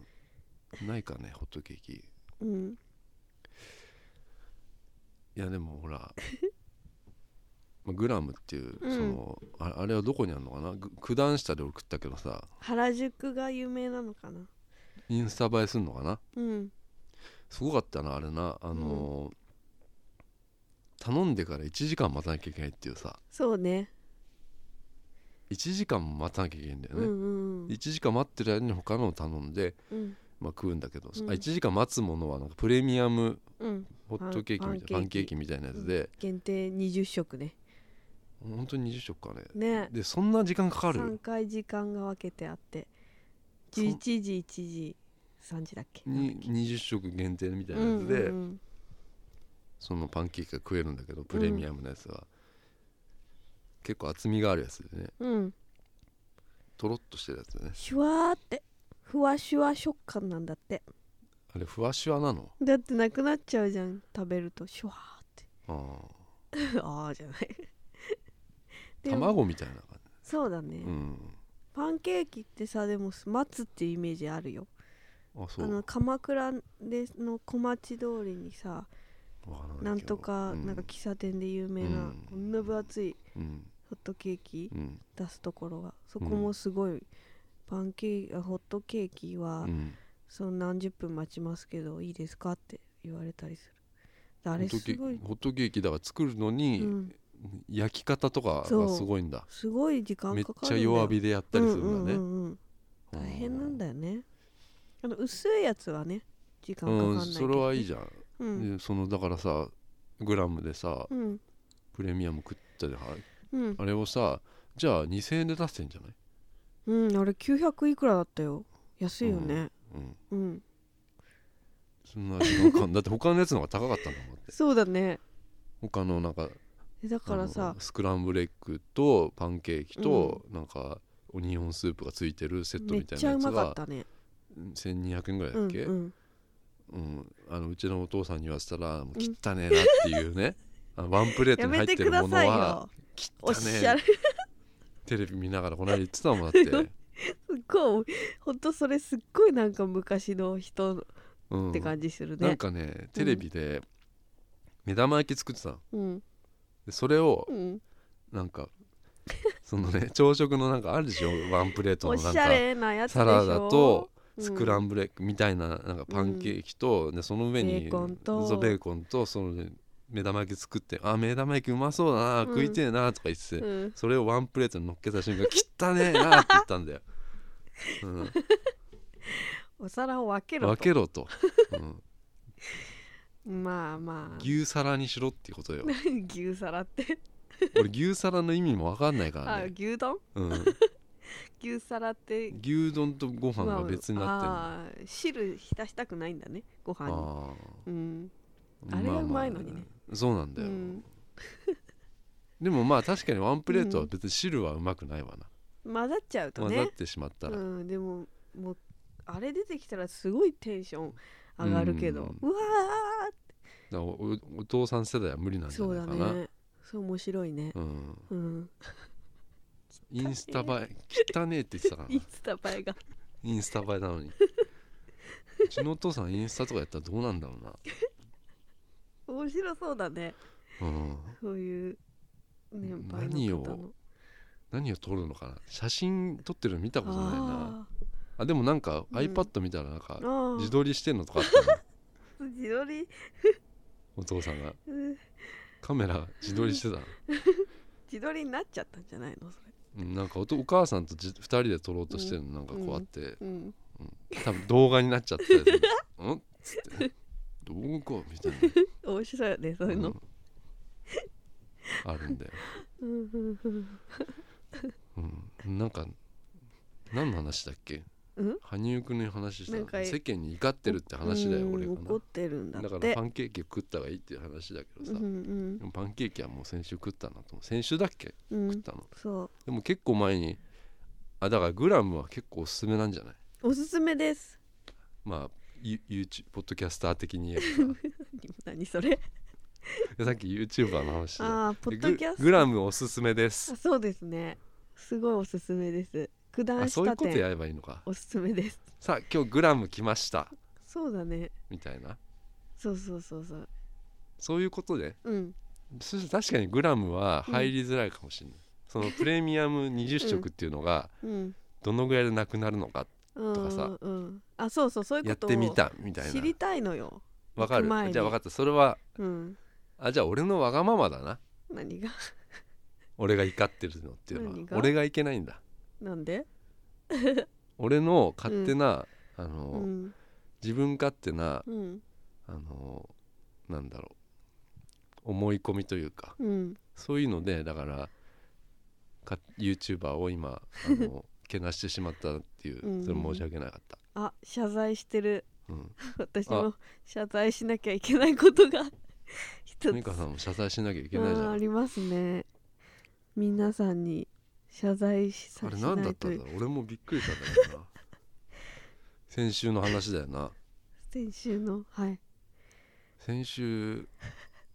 A: ないかねホットケーキい
B: うん
A: やでもほらまあグラムっていうそ
B: うん
A: の、ああれはどこにあるのかなぐ九段下で俺食ったけどさ
B: 原宿が有名なのかな
A: インスタ映えすんのかな
B: うん
A: すごかったなあれなあのー頼んでから1時間待たなきゃいけないっていうさ
B: そうね
A: 1時間待たなきゃいけないんだよ
B: うん
A: ね、
B: うんうん
A: 1時間待ってる間に他のを頼んで、
B: うん
A: まあ、食うんだけど、
B: うん
A: あ1時間待つものはなんかプレミアム
B: うん
A: ホットケーキみたいな
B: パン
A: パンケーキみたいなやつで、
B: 限定20食ね
A: 本当に20食かね
B: ね
A: でそんな時間かか
B: 3
A: る
B: 回時間が分けてあって
A: そん
B: 11時1時3時だっけ
A: に20食限定みたいなやつで、
B: うんうん
A: そのパンケーキが食えるんだけどプレミアムのやつは、結構厚みがあるやつでね
B: うんうん
A: とろっとしてるやつでね
B: シュワーってふわシュワ食感なんだって
A: あれふわしわなの
B: だってなくなっちゃうじゃん食べるとシュワ
A: あー
B: ーって (laughs) ああじゃないでも
A: 卵みたいな感
B: そうだね、
A: じ、うん、
B: パンケーキってさでも待つっていうイメージあるよ
A: あそ
B: あ
A: う
B: の鎌倉での小町通りにさ
A: わからないけど
B: なんとか、
A: うん
B: なんか喫茶店で有名
A: う
B: なんこんな分厚い
A: うん
B: ホットケーキ
A: うん
B: 出すところがそこもすごいパンケーキあホットケーキは
A: うん
B: その何十分待ちますけどいいですかって言われたりするあ
A: ホ
B: れ
A: ットケ
B: すご
A: ー
B: い
A: キホットケーキだから作るのに、
B: うん
A: 焼き方とか
B: そ
A: が
B: う
A: すごいんだ
B: すごい時間
A: めっ
B: かかるん
A: ち
B: だ
A: ゃ
B: よ
A: 弱火でやったりするんだね、
B: うんうんうんうん大変なん
A: だ
B: だよねあの薄いやつはね時間
A: う
B: かかん
A: ん
B: ないけど、
A: それはいいじゃん、
B: うん
A: でそのだからさグラムでさ、
B: うん
A: プレミアム食ったじゃんあれ
B: うん
A: あれをさじゃあ2000円で出してんじゃない、
B: うんあれ900いくらだったよ安いよね
A: うん、
B: うん、
A: そんな時間かかんだって他のやつの方が高かったんだもんだって
B: そうだね
A: 他のなんか
B: えだから
A: あ
B: さ
A: のスクランブルエッグとパンケーキと、なんかオニオンスープがついてるセット
B: めっ
A: みたい
B: ち
A: な
B: ゃ
A: や
B: う
A: つ
B: まかっ
A: が
B: たね
A: 1200円ぐらいだ
B: う
A: っ
B: ん
A: け、
B: うん
A: うん、あのうちのお父さんに言わせたら「もう汚ねえな」っていうね、あのワンプレート
B: や
A: に入
B: め
A: っててる
B: くだ
A: もの
B: さい
A: は
B: よお
A: 汚
B: っしゃ
A: ね
B: る
A: えテレビ見ながらこの間言ってたもんだって、
B: すっごいほんとそれすっごいなんか昔の人っ
A: うん、
B: て感じする
A: なん
B: ね
A: かねテレビで目玉焼き作ってたの
B: うん
A: でそれを
B: うん
A: なんかそのね朝食のなんかあるでしょワンプレート
B: お
A: のなん
B: しゃ
A: か
B: れなやつでし
A: サ
B: ょ
A: ラダとスクラ
B: ブ
A: ンブルエッグみたいななんかパンケーキと、でその上に
B: ベーコンと
A: そうベーコンとその目玉焼き作って「あ目玉焼きうまそうだな、
B: うん
A: 食いてえな」とか言ってて、
B: うん
A: それをワンプレートに乗っけた瞬間「 (laughs) 汚ねえな」って言ったんだよ。うん、
B: お皿を分けろと
A: 分けろと、
B: (laughs)
A: うん、
B: まあまあ
A: 牛皿にしろっていうこと
B: (laughs)
A: よ
B: 牛皿って
A: 俺牛皿の意味も分かんないから
B: あ
A: ね、
B: 牛丼
A: うん、
B: 牛皿って
A: 牛丼とご飯が別になっ
B: まああー汁浸したくないんだねご
A: て
B: (laughs) 飯
A: る
B: に
A: のあ
B: うん
A: ー
B: あれが
A: まあまあ
B: うまいのにね
A: そうなんだよ、
B: うん
A: でもまあ確かにワンプレートは別に汁はうまくないわな、
B: 混ざっちゃうと
A: 混
B: ね
A: ざってしまったら、
B: うんでももうあれ出てきたらすごいテンション上がるけど、う
A: う
B: わ
A: だからおおお父さん世代は無理な
B: ー
A: んじゃ
B: そう
A: ない
B: だ
A: かなう、
B: ねそう面白いね
A: ん、
B: うん
A: インスタ映え汚ねえって言って
B: (laughs)
A: たから
B: イン
A: な
B: スタ映えが
A: インスタ映えなのにうちのお父さんインスタとかやったらどうなんだろうな、
B: 面白そうだね
A: うん、
B: そういう年配
A: 何
B: の
A: を
B: 方の
A: 何を撮るのかな写真撮ってるの見たことないな
B: あ
A: あでもなんか
B: うん
A: iPad 見たらなんか
B: ーあ
A: 自
B: ー
A: 撮りしてんのとかあったの (laughs)
B: 自撮り
A: お父さんが
B: うん
A: カメラ自撮りしてたの
B: 自撮りになっちゃったんじゃないのそれ
A: うんなんかおとお母さんとじ2人で撮ろうとしてるのなんかこうあって、
B: うん
A: 多分動画になっちゃってたりするうんっつって動画かみたい
B: 面白いよねそう
A: な
B: いうの
A: ん、あるんだよ、
B: うんうんうん
A: うん、なんか何の話だっけ
B: うん
A: 羽生くんの話した
B: なんか
A: 世間に怒ってるって話だよ
B: うん
A: 俺が
B: 怒ってるんだ
A: な
B: っ
A: だ
B: て
A: からパンケーキ食った方がいいっていう話だけどさ、
B: うん
A: でもパンケーキはもう先週食ったなと思う先週だっけ
B: うんう
A: 食っ
B: ん
A: たの、
B: そ
A: でも結構前にあだからグラムは結構おすすめなんじゃない
B: うんおすすめです (laughs)
A: まあ you- YouTube ポッドキャスター的に言え
B: (laughs)
A: ばさ
B: 何それ
A: でさっき YouTuber の話で
B: ああポ
A: で
B: ッ
A: グ
B: ドキャスト
A: グラムおすすめです
B: あそうですねすごいおすすめです九
A: あ
B: 段
A: そういう
B: 下
A: こと
B: 店
A: やればいいのか
B: おすすめです
A: さあ今日グラム来ました
B: そうだね
A: みたいな
B: そうそうそうそう
A: そういうことで
B: うん
A: そして確かにグラムは入りづらいかもしれない、そのプレミアム20食っていうのが
B: うん
A: どのぐらいでなくなるのか
B: うん
A: とかさ
B: うんあそうそうそういう
A: やっ
B: ことを
A: てみたみたい
B: 知り
A: な
B: たいのよ
A: わかる
B: 行く前に
A: じゃあ分かったそれは
B: うん
A: あじゃあ俺のわがままだな
B: 何が
A: 俺が怒ってるのっていうのは
B: 何が
A: 俺がいけないんだ
B: なんで
A: 俺の勝手な、あの
B: うん
A: 自分勝手な
B: うん
A: あのなんだろう思い込みというか
B: うん
A: そういうのでだからか YouTuber を今あ
B: (laughs)
A: のけなしてしまったっていう
B: うん
A: それ申し訳なかった、
B: あ謝罪してる (laughs)
A: うん、
B: 私も謝罪しなきゃいけないことが (laughs) 一つ
A: 美香さんも謝罪しなきゃいけないじゃ
B: あ
A: ん
B: あ
A: あ
B: りますね皆さんに謝罪しさ
A: れ
B: し
A: 何
B: な
A: だっ
B: い
A: た
B: とい
A: んだ
B: う
A: ろう俺もびっくりしたんだけどな (laughs) 先週の話だよな
B: 先週のはい
A: 先週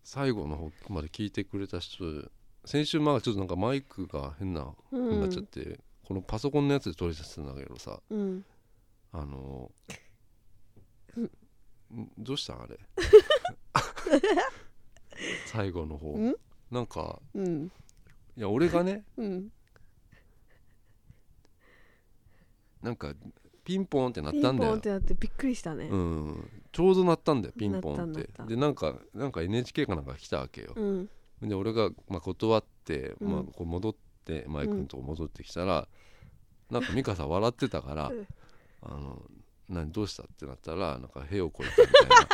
A: 最後の方まで聞いてくれた人先週まあちょっとなんかマイクが変な
B: うん
A: になっちゃって、このパソコンのやつで撮れちゃってたんだけどさ
B: うん
A: あのんどうしたんあ
B: (laughs)
A: れ最後の方
B: ん
A: なんか
B: うん
A: いや俺がね
B: うん
A: なんかピンポンって鳴っ
B: ピン
A: たんだ
B: ポン
A: よ
B: ってなってびっくりしたね
A: うん、ちょうど鳴ったんだよピンポンっ
B: 鳴ってた鳴っ
A: で
B: た
A: なんかなんか NHK かなんか来たわけよ
B: う、ん
A: で俺が、まあ、断って、
B: うん
A: まあ、こう戻ってマイクのとこ戻ってきたら、なんか美香さん笑ってた
B: (laughs)
A: から
B: うん
A: 「あの何どうした?」ってなったらなんか「兵を越えた」みたい
B: (laughs)
A: な。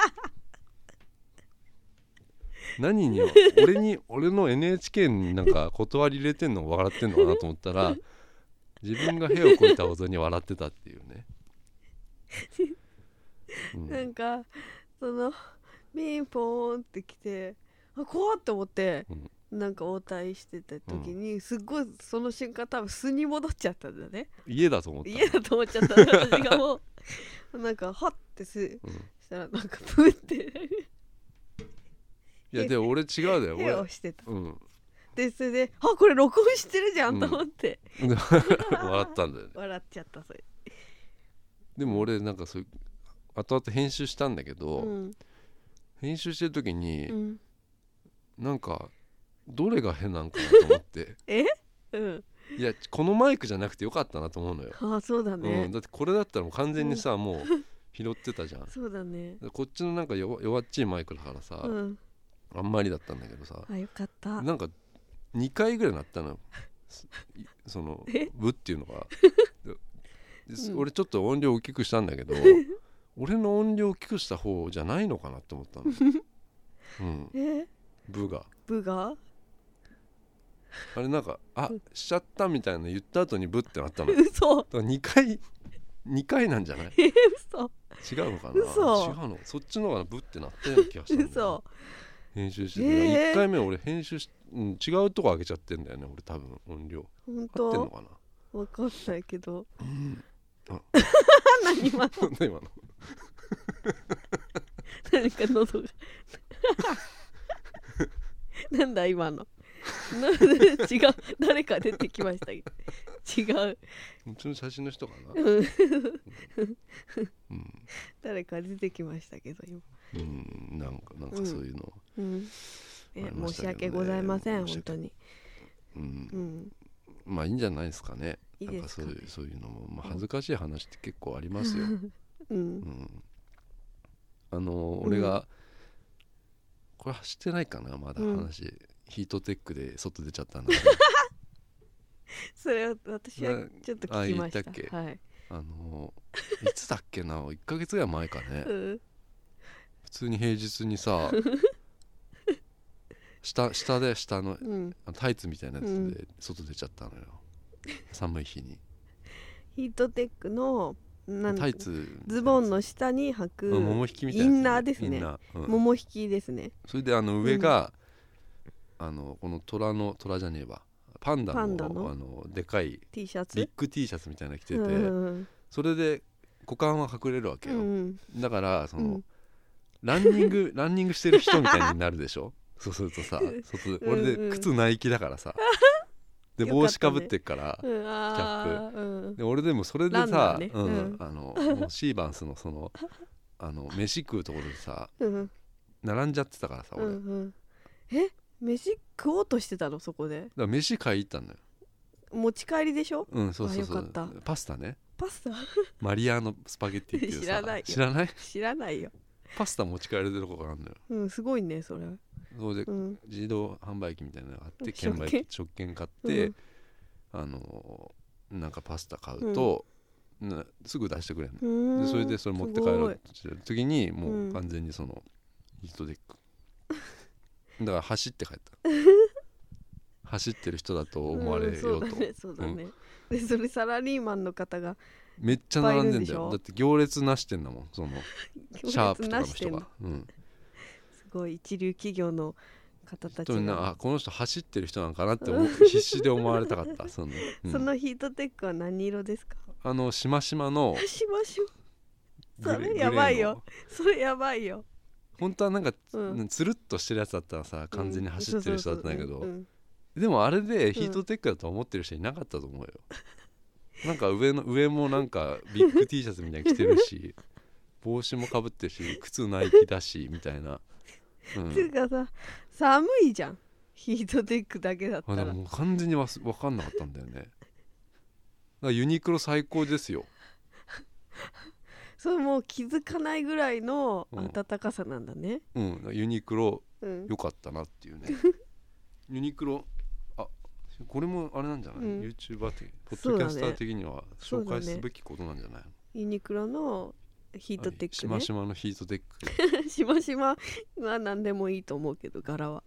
A: 何に俺に俺の NHK になんか断り入れてんの笑ってんのかなと思ったら自分が兵を越えたことに笑ってたっていう
B: (laughs)
A: ね。うん
B: なんかそのピンポーンって来てあ怖っと思って、なんか応対してた時に、すっごいその瞬間多分素に戻っちゃったんだね
A: 家だと思ったの
B: 家だと思っちゃったの私がもうなんかはってす
A: うん
B: したらなんかプーって
A: いやでも俺違うだよ
B: 手を
A: 俺
B: してた
A: うん
B: でそれで「あこれ録音してるじゃん」と思って、
A: で笑ったんだよね
B: 笑っちゃったそれ
A: でも俺なんかそう後々編集したんだけ
B: う
A: ど、
B: ん
A: 編集してる時に、
B: うん
A: なんかどれが変なんかなと思って
B: (laughs) うん
A: いやこのマイクじゃなくてよかったなと思うのよ、
B: ああそうだね、
A: うん、だってこれだったらもう完全にさ、もう拾ってたじゃん
B: そうだね
A: でこっちのなんか弱弱っちいマイクだからさ、
B: うん
A: あんまりだったんだけどさ
B: あよかった
A: なんか2回ぐらい鳴
B: (laughs)
A: ったのよすいその
B: え
A: 「ブ」っていうの
B: (laughs)
A: がでです
B: うん
A: 俺ちょっと音量大きくしたんだけど俺の音量大きくした方じゃないのかなって思
B: (laughs)
A: ったのうん
B: え
A: 「ブ」が
B: 部が
A: あれなんか「あ
B: うん
A: しちゃった」みたいなの言った後に「ブ」ってなった
B: (laughs)
A: のだか
B: 嘘
A: ら2回2回なんじゃない
B: え嘘
A: 違うのかな
B: 嘘
A: 違うのそっちの方がブってなったような気がしたんだよね
B: 嘘
A: 編集して
B: えー
A: 1回目俺編集し、うん、違うとこ上げちゃってんだよね俺多分音量
B: 本
A: 合ってんの
B: 当
A: かな
B: わかんないけど
A: うんあ
B: (laughs) 何今の
A: なんだ (laughs) 今の
B: 何か喉がなんだ今のな違う誰か出てきましたけど違う、
A: うちの写真の人かな
B: うん、
A: うん、
B: 誰か出てきましたけど今、
A: うん、なんかなんかそういうの、
B: うん、え
A: ありま
B: 申
A: し
B: した
A: けどね
B: 訳ございません
A: 申し
B: 本
A: 訳
B: 当に、
A: うん
B: うん、
A: まあいいんじゃないですかね
B: いい
A: なん
B: で
A: か
B: す
A: そ
B: か
A: ういうそういうのも、まあ、恥ずかしい話って結構ありますよ、
B: うん
A: うん、あの
B: うん
A: 俺が、これ走ってないかなまだ
B: うん
A: 話、ヒートテックで外出ちゃったん
B: (laughs)
A: だけど
B: それは私はちょっと聞きました
A: あ言ったっけ
B: はい、
A: あのいつだっけな1ヶ月ぐらい前かね
B: うん、
A: 普通に平日に
B: (laughs)
A: さ下下で下の
B: うん、
A: あのタイツみたいなや
B: う
A: つで
B: ん
A: 外出ちゃったのよ、寒い日に
B: ヒートテックのなん
A: タイツ
B: ズボンの下に履く
A: うん
B: も
A: 桃引きみたいなやつ
B: インナーですね
A: インナーうん
B: も引きですね
A: それであの上が、あのこの虎の虎じゃねえわパンダの
B: パンダの
A: あのでかい
B: T シャ
A: ビッ
B: ツ
A: グ T シャツみたいなの着てて、
B: うん
A: それで股間は隠れるわけ
B: う
A: よ、
B: ん
A: だからその、
B: うん
A: ランニング (laughs) ランニングしてる人みたいになるでしょそうする
B: (laughs)
A: とさ
B: うん
A: そう
B: うん
A: 俺で靴ナイキだから
B: (laughs)
A: さ、で
B: よかったね
A: 帽子かぶってっから、
B: うんあーうん
A: で俺でもそれで
B: ランナ
A: さ、
B: ーね
A: うん
B: うん
A: あのもうシーバンスのそのあの飯食うところでさ
B: うん
A: 並んじゃってたからさ
B: う
A: 俺、だか
B: んうんえ飯食おうとしてたのそこで
A: ら飯買いに行ったんだよ
B: 持ち帰りでしょ
A: うんそうそうそ
B: あよ
A: う
B: かっ
A: パスタね
B: パスタ (laughs)
A: マリアーノスパゲッティっていうさ
B: 知らないよ
A: 知らない
B: 知らないよ
A: パスタ持ち帰れてるとこがあるのよ
B: うんすごいねそれ
A: それで
B: うん
A: 自動販売機みたいなのがあって券
B: 食
A: 売
B: 券
A: 機食券買って、
B: うん
A: あのーなんかパスタ買うと、なすぐ出してくれるの
B: う、ー
A: で
B: ん
A: それでそれ持って帰ろう
B: す
A: ってしてる時にもううん完全にそのヒートテッ
B: (laughs)
A: ク、だから走って帰った走ってる人だと
B: ごい
A: 思われようと、
B: うんそうだねそうだねでそれサラリーマンの方が
A: めっちゃ並んでんだ
B: いっぱいいるんでし
A: よ
B: ょ
A: だって行列なしてんだもんその
B: 行
A: シャープと
B: 列
A: か
B: な
A: の
B: して
A: 人
B: んの
A: が、うん、
B: すごい一流企業の方たち
A: 人にな
B: が
A: あこの人走ってる人なんかなって
B: (laughs)
A: 思う必死で思われたかったその,うん、
B: そのヒートテックは何色ですか
A: あのしましまの
B: しましょう (laughs)
A: グレ
B: それ
A: グレーの
B: やばいよそれやばいよ
A: 本当はなんか
B: うん
A: つるっとしてるやつだったらさ完全に走ってる人だったんだけ
B: うんそうそうそうう
A: ど
B: ん
A: でもあれでヒートテックだと思ってる人いなかったと思うよ、なん
B: (laughs)
A: か上の上もなんかビッグ T シャツみたいに着てるし帽子もかぶってるし靴ナイキだしみたいな、う、
B: ていうんかさ寒いじゃんヒートテックだけだった
A: あで
B: ら
A: ももう完全にわす分かんなかったんだよねだからユニクロ最高ですよ
B: それもう気づかないぐらいの
A: うん
B: 暖かさなんだね
A: うんユニクロ
B: うん
A: 良かったなっていう
B: (laughs)
A: ねユニクロあこれもあれなんじゃない、
B: うん
A: YouTuber 的ポッ
B: そ
A: ド
B: う
A: キ
B: だ
A: ャス
B: ね
A: ター的には
B: そう
A: 紹
B: だね
A: 介すべきことなんじゃないの、
B: ユニクロのヒートテック
A: はいしま
B: ね
A: しまのヒートテック
B: (laughs) しましまは何でもいいと思うけど柄は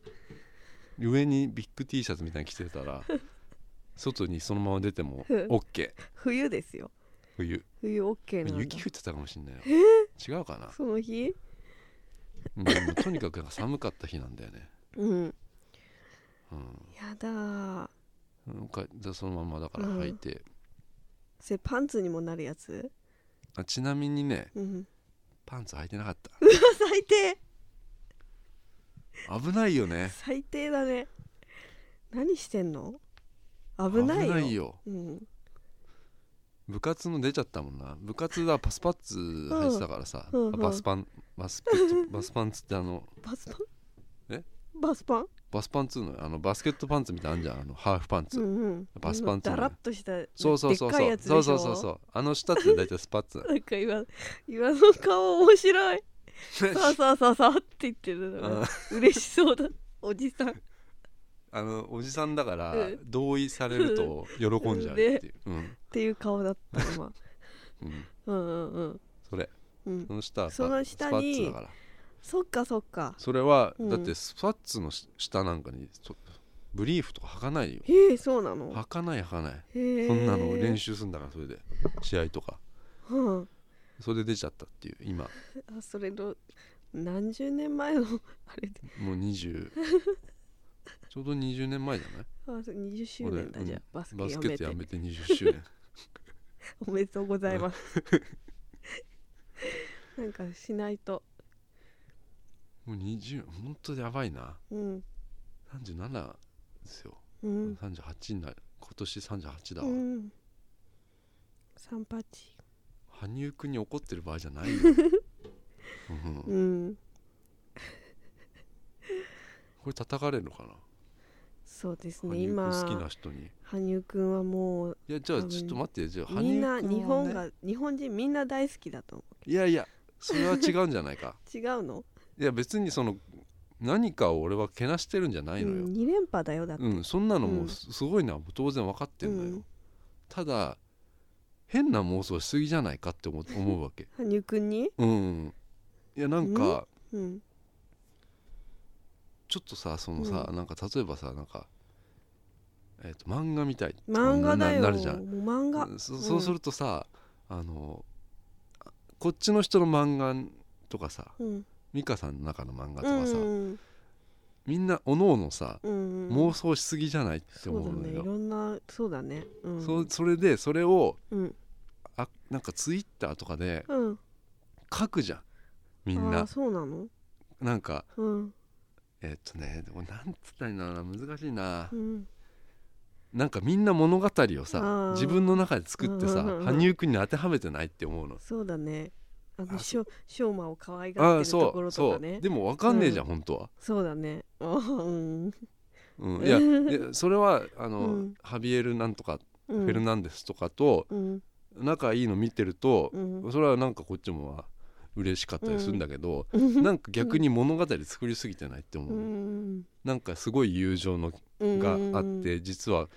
A: 上にビッグ T シャツみたいに着てた
B: (laughs)
A: ら外にそのまま出ても
B: うん
A: OK
B: 冬ですよ
A: 冬
B: 冬 OK なんだ
A: 雪降ってたかもしんないよ違うかな
B: その日
A: うんでもとにかくなんか寒かった日なんだよね、
B: うん
A: うん
B: やだー
A: なんかじゃあそのままだから履いて、
B: それパンツにもなるやつ
A: (laughs) あちなみにね
B: うん
A: パンツ履いてなかっ
B: (laughs) 最低
A: た危ないよね
B: 最低だね何してんの危ないようん、
A: 部活の出ちゃったもんな部活だパスパッツ履いてたからさ、
B: うんうんうん
A: バスパンバスパ
B: (laughs)
A: ッツバスパンツってあの
B: バスパン
A: え
B: バスパン
A: バスパンツのあのバスケットパンツみたいなのあんじゃんあのハーフパンツ、
B: うんうん
A: バスパンツね
B: だらっとした
A: そうそうそう
B: でっ
A: そ
B: かいうやつでし
A: そ
B: ょ
A: うそうそうそうあの下って大体スパッツ
B: なんか今今の顔面白いさあさあさあさあって言ってる
A: う
B: の
A: ん
B: が嬉しそうだおじさん
A: (laughs) あのおじさんだから
B: うん
A: 同意されると喜んじゃうっていう、うん
B: っていう顔だった今
A: うん、
B: うんうんうん
A: それ
B: うん
A: その下は
B: その下
A: スパッ
B: に
A: ツだから
B: そっかそっか
A: それは、
B: うん
A: だってスパッツのし下なんかにそブリーフとか履かないよ
B: へえそうなの
A: 履かない履かない
B: へえ
A: そんなの練習するんだからそれで試合とか
B: うん
A: それで出ちゃったっていう今
B: あそれの何十年前の (laughs) あれで
A: もう20
B: (laughs)
A: ちょうど20年前じゃない
B: あそう20周年だ
A: 俺
B: じゃ
A: うん
B: あバスケ
A: バス
B: や
A: ケ
B: め
A: ット
B: て
A: やめて20周年
B: おめでとうございます
A: (laughs)
B: なんかしないと
A: もう20本当やばいな
B: うん
A: 37ですよ、
B: うん
A: 38になる今年38だ
B: う
A: わ、
B: ん三八
A: 羽生くんに怒ってる場合じゃない
B: (laughs)
A: よ、うん
B: うん
A: これ叩かれるのかな
B: そうですね
A: 羽生くん
B: 今
A: 好きな人に
B: 羽生くんはもう
A: いやじゃあ
B: 多分
A: ちょっと待ってじゃあ羽
B: みんな
A: 生くん
B: 日
A: は
B: 本
A: ね
B: が日本人みんな大好きだと思
A: いやいやそれは違うんじゃないか
B: う違うの
A: いや別にその何かを俺はけなしてるんじゃ
B: う
A: ないのよ、
B: ん、2連覇だよだって、
A: うん、そんなのも
B: うん
A: うすすごいのはもう当然分かってんのよ、
B: うん
A: ただ変な妄想しすぎじゃないかって思う思うわけ (laughs)
B: 羽生くんに
A: うんいやなんか
B: うん
A: ちょっとさそのさ、なんか例えばさなんか、えー、と漫画みたい
B: 漫画だよ
A: ななるじゃん
B: もう漫画
A: うんそそうするとさ、あのあこっちの人の漫画とかさ
B: うん
A: 美香さんの中の漫画と
B: う
A: か
B: ん
A: さ、
B: うん
A: みんなおのおのさ
B: うん
A: 妄想しすぎじゃないって
B: そう
A: 思
B: だ
A: うの
B: ねい
A: よ、
B: ろんなそうだねうん
A: そそれでそれを
B: うん
A: あなんかツイッターとかで
B: うん
A: 書くじゃんみ
B: み
A: ん
B: あー
A: な
B: そうなの
A: なんか
B: うん
A: えーっとねでもなんつったらいいんだろうな難しいな
B: う、ん
A: なんかみんな物語を
B: あ
A: さ
B: ー
A: 自分の中で作ってさ、
B: うんうんうんうん
A: 羽生くんに当てはめてないって思うの
B: そうだねあの
A: あ
B: しょしょうまを可愛
A: あ
B: が
A: あ
B: っ
A: ー
B: てると
A: そ
B: こ
A: う
B: ろ
A: そ
B: とか
A: う
B: ね
A: でも分かんねえじゃん、本当は、
B: そうだねあーうん
A: うん、いやでそれはあの、
B: うん
A: ハビエルなんとか
B: う
A: フ
B: ん
A: ェルナンデスとかと
B: うん
A: 仲いいの見てると
B: う、ん
A: それはなんかこっちもは嬉しかったりするんだけど、
B: うん
A: なんか逆に物語作りすぎてないって思
B: う
A: う、
B: ん
A: なんかすごい友情のがあって実は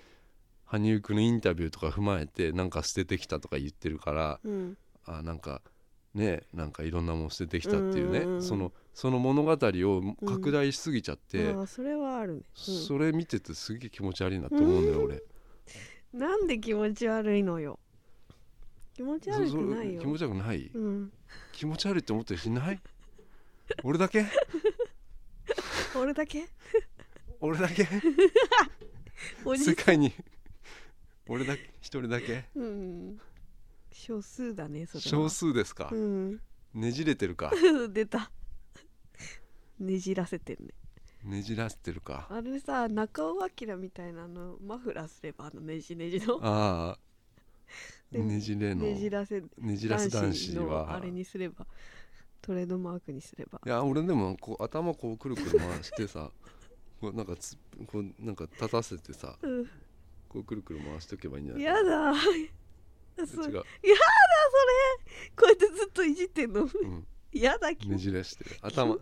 A: 羽生くんのインタビューとか踏まえてなんか捨ててきたとか言ってるから
B: うん
A: あなんかねなんかいろんなもん捨ててきたっていうね、
B: うんうんうん
A: そのその物語を拡大しすぎちゃって、
B: ああそれはあるね、う
A: それ見ててすげえ気持ち悪いなって思うんだよ俺
B: ん、なんで気持ち悪いのよ気持ち悪
A: そそ
B: くないよ
A: 気持ち悪くない
B: うん、
A: 気持ち悪いって思ってる人いない俺だけ
B: 俺だけ
A: 俺だけ
B: おじ
A: 世界に俺だけ一人だけ
B: うん少数だねそれは
A: 少数ですか
B: う、ん (laughs)
A: ねじれてるか
B: 出たねじらせてんね
A: ねじらせてるか
B: あれさ中尾明みたいなのマフラーすればあのねじねじの
A: ああ
B: で
A: ねじれの
B: ねじ
A: ね
B: らせ
A: じらす男子
B: のあ
A: は
B: れにすればトレードマークにすれば
A: いや俺でもこう頭こうくるくる回してさこうなんかつこうなんか立たせてさ
B: うん
A: こうくるくる回しておけばいいんじゃない (laughs)
B: やだ
A: 違
B: そう
A: う、
B: こうやってずっといじってんの
A: うん、
B: やだ気持
A: ね
B: ち
A: じらしてる頭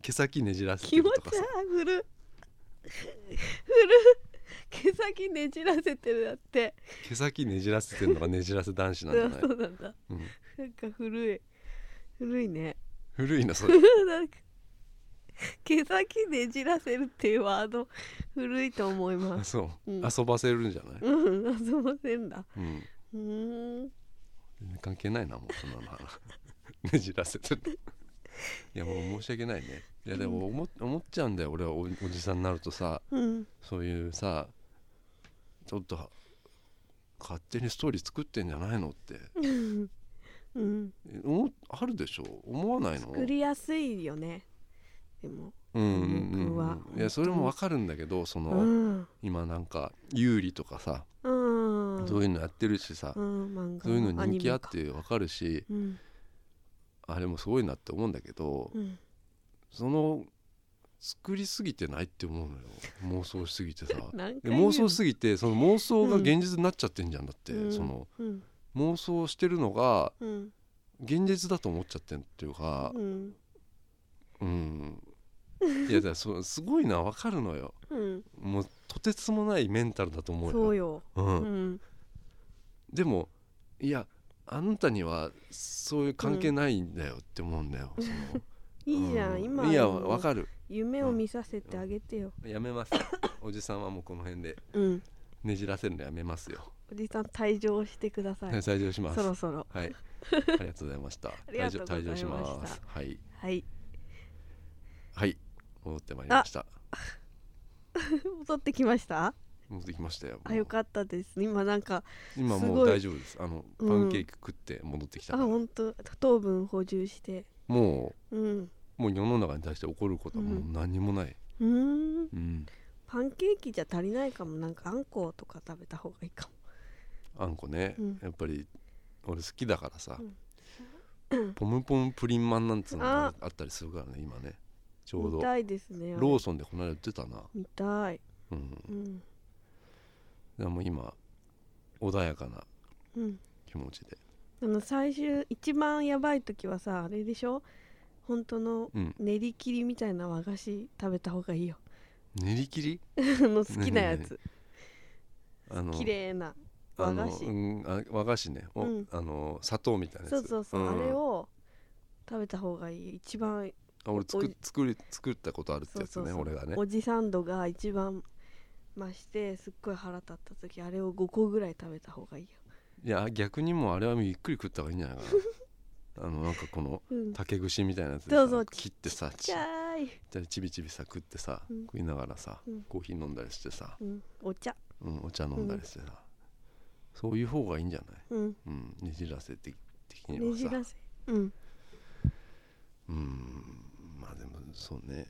A: 毛先ねじらせて
B: 気
A: る
B: 持
A: とか
B: ち
A: さ
B: 悪いふるふる毛先ねじらせてるだって
A: 毛先ねじらせてるのがねじらせ男子なんじ
B: そ
A: ゃ
B: う
A: ない、
B: そうなんだ
A: うん、
B: なんか古い古いね (laughs)
A: 古いなそれ
B: なんか毛先ねじらせるっていうワード古いと思いま
A: あ
B: す
A: そう、
B: うん
A: 遊ばせるんじゃない、
B: うん遊ばせんだ
A: うん、
B: うーん
A: 全然関係ないなもうそんなの (laughs) ねじらせてるいやもう申し訳ないねいやでも思思っちゃうんだよ俺はおおじさんになるとさ
B: うん
A: そういうさちょっと勝手にストーリー作ってんじゃないのって
B: うんうん、
A: えおもあるでしょ思わないの
B: 作りやすいよねでも
A: うんうん
B: 僕は
A: うんうんいやそれもわかるんだけどその、
B: うん
A: 今なんか有利とかさ、
B: うん
A: そういうのやってるしさ、
B: うん漫画
A: そういうの
B: ア
A: 人
B: ニメ
A: 気あっ
B: か
A: てわかるし
B: うん
A: あれもすごいなって思うんだけど、
B: うん
A: その作りすぎてないって思うのよ
B: (laughs)
A: 妄想しすぎてさ
B: 何
A: で
B: 回言うの
A: 妄想しすぎてその妄想が現実になっちゃってんじゃんだって、
B: うん
A: その
B: うん
A: 妄想してるのが
B: うん
A: 現実だと思っちゃってんっていうか
B: うん
A: うん、いやだからそうすごいなわかるのよ
B: うん
A: もうとてつもないメンタルだと思うよ
B: そうよ
A: う、
B: うんん
A: でもいやあなたにはそういう関係ないんだよって思うんだよ、その
B: いいじゃ
A: うん
B: 今
A: いや
B: でも
A: わかる
B: 夢を見させてあげてよ
A: やめますおじさんはもうこの辺で
B: うん
A: ねじらせるのやめますよ、
B: おじさん退場してください
A: 退場します
B: そろそろ
A: はいありがとうございま
B: (laughs)
A: した
B: りがとうござい
A: 退場退
B: ました
A: 場しますはい
B: はい
A: はい戻ってまいりました
B: 戻ってきました
A: 戻ってきましたよもう
B: あよかったです今なんか
A: 今
B: す
A: も
B: ご
A: う
B: い
A: 大丈夫ですあの
B: うん
A: パンケーキ食って戻ってきた
B: あ
A: から、
B: 本当糖分補充して
A: も
B: うん
A: うもう世の中に対して怒ることはもう何もない、
B: うーん
A: うん、
B: パンケーキじゃ足りないかもなんかあんことか食べた方がいいかも
A: あんこね、
B: うん
A: やっぱり俺好きだからさ、
B: うん
A: ポムポムプリンマンなんつうの
B: あ
A: があったりするからね今ねちょうど
B: 見たいですね
A: ロー
B: ス
A: ソンでこの間売ってたな、
B: 見たい
A: うん、だか
B: うん
A: らもう今穏やかな
B: うん
A: 気持ちで、
B: あの最終一番やばい時はさあれでしょ本当の
A: うん、
B: 練り切りみたいな和菓子食べた方がいいよ (laughs)
A: 練り切り
B: あの好きなやつ
A: あの
B: 綺麗な
A: あ
B: 和
A: の
B: 菓子
A: うんあ和菓子ね、お
B: うん
A: あの砂糖みたいなやつ
B: そうそうそう、
A: ん
B: あれを食べた方がいい一番
A: あ俺作
B: おい
A: 作り作ったことあるって
B: そう
A: やつ
B: そう
A: ね
B: そう
A: 俺がね
B: おじさん度が一番増してすっごい腹立った時あれを5個ぐらい食べた方がいいよ、
A: いや逆にもうあれはゆっくり食った方がいいんじゃないかな (laughs) あのなんかこの
B: うん、ちっ
A: 竹串みたいなやつで
B: そ
A: さ
B: うそう
A: 切ってさち
B: ちゃい、
A: ちちびちびさ食ってさ、
B: うん
A: 食いながらさ、
B: うん
A: コーヒー飲んだりしてさ、
B: うん、お茶
A: うん、お茶飲んだりしてさ、そういう方がいいんじゃない、
B: うん
A: うん、ねじらせ的的に
B: ね
A: は
B: じ
A: さ
B: らせうん
A: うんまあでもそう
B: (laughs)
A: ね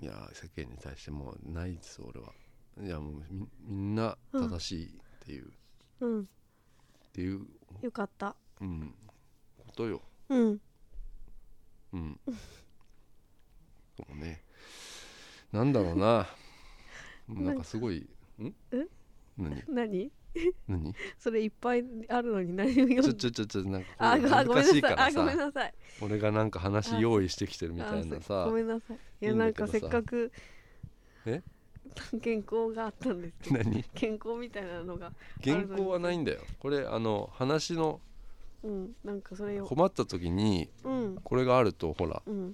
A: いや世間に対してもうないです俺はいやもうみみんな正しいっていう、っ
B: うん
A: ていう、
B: よかった
A: うん、ことよ
B: うん (laughs)
A: うん。でもね、なんだろう
B: (laughs)
A: な。なんかすごい。ん
B: え？
A: 何？
B: 何
A: 何？
B: それいっぱいあるのに何を読
A: ちょ
B: ん
A: ちょちょちょなんか
B: あ
A: こう
B: ご
A: 恥
B: あ
A: ず
B: ご
A: か
B: めん
A: しい
B: な
A: から
B: さいあごめん
A: さ、
B: なさい
A: 俺がなんか話用意してきてるみたいな
B: あ
A: さ
B: ご、めんなさいいや
A: いいんだ
B: なん
A: けど
B: か
A: さ
B: せっかく
A: え
B: 健康があったんですけど
A: 何？
B: 健康みたいなのが
A: 原稿はないんだよ。これあの話の
B: うんなんかそれを
A: 困った時に
B: うん
A: これがあるとほら
B: うん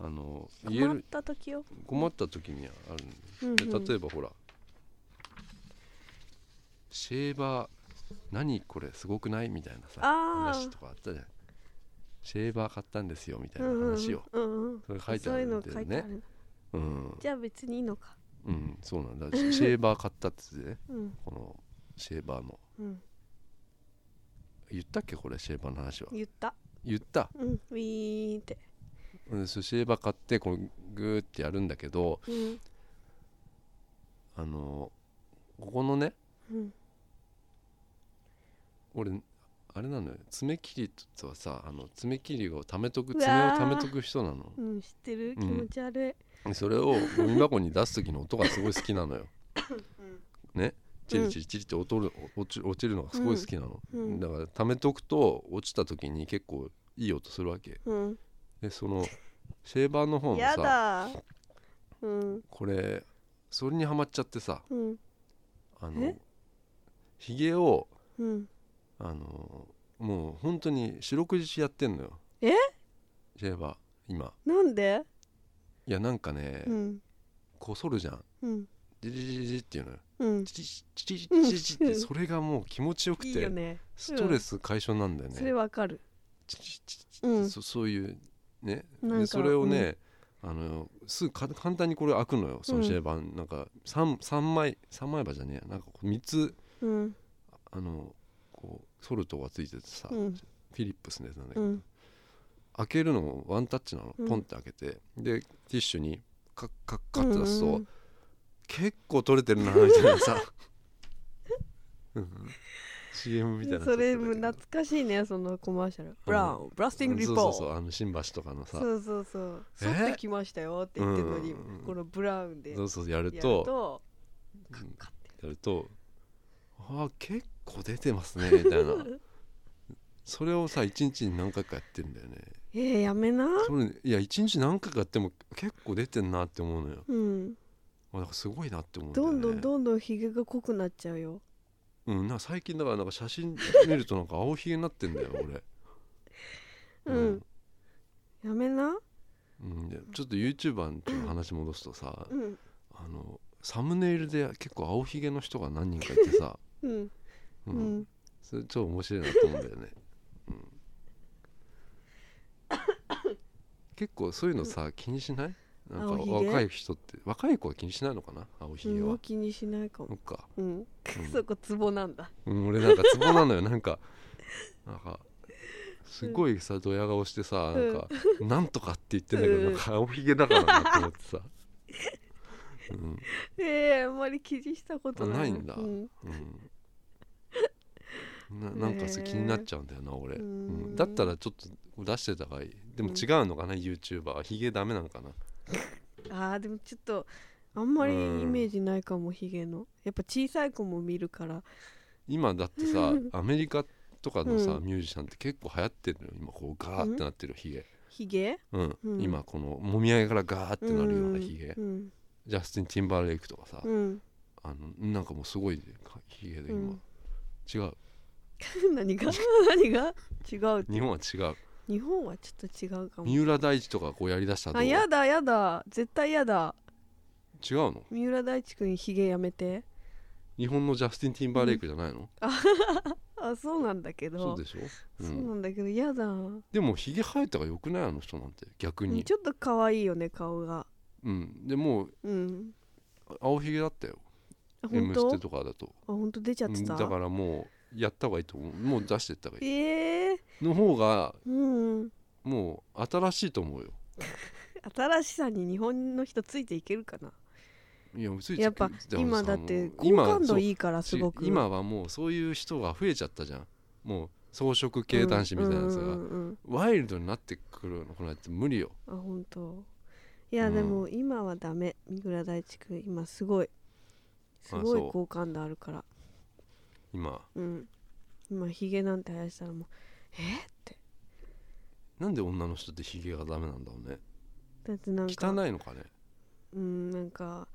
A: あの言え
B: 困っ
A: る
B: た時よ
A: 困った時にあるんだよ
B: うん
A: で
B: うん
A: 例えばほら、シェーバー何これすごくないみたいなさ
B: あー
A: 話とかあったじゃんシェーバー買ったんですよみたいな
B: うんうん
A: 話を、
B: うんうん
A: それ書いて
B: そう
A: あ
B: い
A: る
B: うんの
A: だ
B: 書
A: よ
B: いて
A: ね
B: ある
A: うん
B: じゃあ別にいいのか
A: うんそうなんだシェーバー買ったって言ってね (laughs)
B: うん
A: このシェーバーの
B: うん
A: 言ったっけこれシェーバーの話は
B: 言った
A: 言った
B: うんウィーンって
A: うんそうシェーバー買ってこうグーってやるんだけど
B: うん
A: あのここのね
B: うん
A: 俺あれなのよ爪切りとはさあの爪切りを貯めとく
B: う
A: 爪
B: わ
A: を
B: ー
A: 貯めとく人なの
B: うん知ってる
A: ん
B: 気持ち悪い
A: それをゴミ箱に出す時の音がすごい好きなのよねチリチリチリって音る落ち落ちるのがすごい好きなの、
B: うんうん
A: だから貯めとくと落ちた時に結構いい音するわけ
B: うん
A: でそのシェーバーの方の
B: や
A: さ
B: だうん
A: これそれにはまっちゃってさ
B: うん
A: あの
B: え
A: ひげを
B: うん
A: あのもう本当に四六時中やってんのよ
B: え
A: シェーバー今
B: なんで
A: いやなんかね、
B: うん
A: こそるじゃん
B: うん
A: ジリジリジリっていうのよ
B: うん
A: チリチリチリチリチリってそれがもう気持ちよく
B: いい
A: て
B: よね
A: ストレス解消なんだよ
B: それ
A: ね
B: わかる
A: チリチリチリ
B: う
A: そ
B: ん
A: そういうね
B: なん
A: で
B: か
A: それをねあのすぐか簡単にこれ開くのよそのシェーバーなんか 3, 三枚3枚刃じゃねえやなんかこう3つ
B: うん
A: あのここうソルトがついててさ、
B: うん
A: フィリップスのやつなんだけ
B: う
A: ど、
B: ん
A: 開けるのもワンタッチなの、
B: うん
A: ポンって開けてでティッシュにカッカッカッって出すと、
B: うんうん
A: 結構取れてるなみたいなさうん CM みたいな
B: それも
A: も
B: 懐かしいねそのコマーシャルブラウンブラスティングリポ
A: そうそ
B: ー
A: うそうあの新橋とかのさ
B: そうそうそう
A: え
B: 去ってきましたよって言ってるのに
A: うん
B: このブラウンでや
A: そう
B: る
A: そうやると
B: と
A: うんやる
B: カッて
A: とあー結構出てますねみたいな
B: (laughs)
A: それをさ一日に何回かやってんだよね
B: えー、やめな
A: それいや一日何回かやっても結構出てんなって思うのよ
B: うん
A: あだからすごいなって思うんだよ
B: ど
A: ね
B: んどんどんどんひげが濃くなっちゃうよ
A: うん、なんか最近だからなんか写真見るとなんか青ひげになってんだよ俺
B: うんやめな
A: うん、うんでちょっと YouTuber のちょっと話戻すとさ、
B: うん
A: あのサムネイルで結構青ひげの人が何人かいて
B: (laughs)
A: さ、
B: うん
A: う
B: うんん
A: それちょっと面白いなと思うんだよね、うん、結構そういうのさ気にしないなんか
B: 青ひげ
A: 若い人って若い子は気にしないのかな青ひげ
B: うん
A: は、
B: 気にしないか
A: そ
B: も
A: っか、
B: うん
A: うん
B: そこツボなんだ (laughs)
A: うん、俺なんかツボなのよなんかなんかすごいさドヤ顔してさなん
B: (laughs)
A: か「なんとか」って言ってんだけど、
B: うん
A: なんか青ひげだからなと思って
B: (laughs)
A: さ、うん
B: ええあんまり気にしたことない
A: ないんだ
B: うん
A: うん、ななんかさ
B: ねえ
A: 気になっちゃうんだよな俺、う
B: うーん
A: ん、だったらちょっと出してた方がいいでも
B: うん
A: 違うのかな、YouTuber ヒゲダメなのかな
B: あーでもちょっとあんまりイメージないかもヒゲのやっぱ小さい子も見るから
A: 今だってさアメリカとかのさ、
B: うん
A: ミュージシャンって結構流行ってるのよ今こうガーってなってるヒゲ、
B: ヒゲ
A: うん
B: うん
A: 今このもみあげからガーってなるようなヒゲ、
B: うん
A: ジャスティン・ティンバーレイクとかさ、
B: うん、
A: あのなんかもうすごいかヒゲで今、
B: うん
A: 違う
B: (laughs) 何が何が違うって
A: 日本は違う
B: 日本はちょっと違うかも
A: 三浦大知とかこうやりだしたらど
B: あ
A: う
B: やだやだ絶対やだ
A: 違うの
B: 三浦大知くんヒゲやめて
A: 日本のジャスティン・ティンバーレイクじゃないの、
B: あそうなんだけ
A: そ
B: ど
A: うでしょ、う、
B: そうんなんだけどやだ、
A: でもひげ生えたがよくないあの人なんて逆に
B: ちょっと可愛いよね顔が
A: うんでもう
B: うん
A: 青ひげだったよ
B: あ
A: 「M
B: 本
A: ス
B: 当
A: テ」
B: あ
A: とかだと
B: 本当出ちゃっ
A: う
B: て
A: ん
B: た
A: だからもうやった方がいいと思うもう出してった方がい
B: ええ
A: いの方が
B: うん
A: もう新しいと思うよ
B: 新しさに日本の人ついていけるかない
A: やついてくる
B: やっぱ
A: でも
B: 今
A: さ
B: だって
A: もう
B: 好感度
A: そう
B: いいからすごく
A: 違う今はもうそういう人が増えちゃったじゃんもう装飾系男子みたいなやつが、
B: うんうんうんうん
A: ワイルドになってくるのこれって無理よ
B: あ本当いや、
A: うん
B: でも今はダメ三浦大知くん今すごいすごい
A: そう
B: 好感度あるから
A: 今
B: うん今ヒゲなんて生やしたらもうえって
A: なんで女の人ってヒゲがダメなんだろうね
B: だってなんか
A: 汚いのかね
B: うんなんか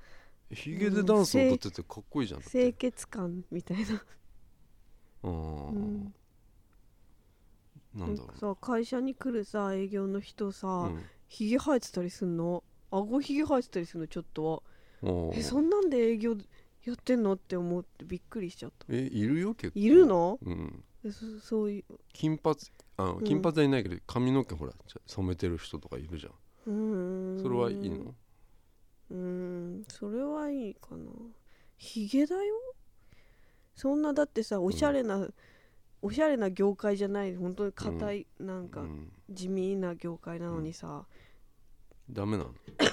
A: ヒゲでダンスを踊っててかっこいいじゃんだっ
B: 清
A: て
B: 潔感みたいな
A: うん
B: うん
A: なんだ
B: なん
A: ろ
B: かさ会社に来るさ営業の人さ、
A: うね
B: ヒゲ生えてたりすんの顎ひげ生えてたりすんのちょっと
A: うん
B: えそんなんで営業やってんのって思ってびっくりしちゃった
A: えいるよ結構
B: いるの
A: うん
B: えそそういう
A: 金髪あの
B: うん
A: 金髪はいないけど髪の毛ほらちょ染めてる人とかいるじゃん
B: うーん
A: それはいいの
B: うーんそれはいいかなヒゲだよそんなだってさおしゃれな、おしゃれな業界じゃない本当に硬い、なん
A: う
B: か
A: ん
B: 地味な業界なのにさ、
A: ダメなの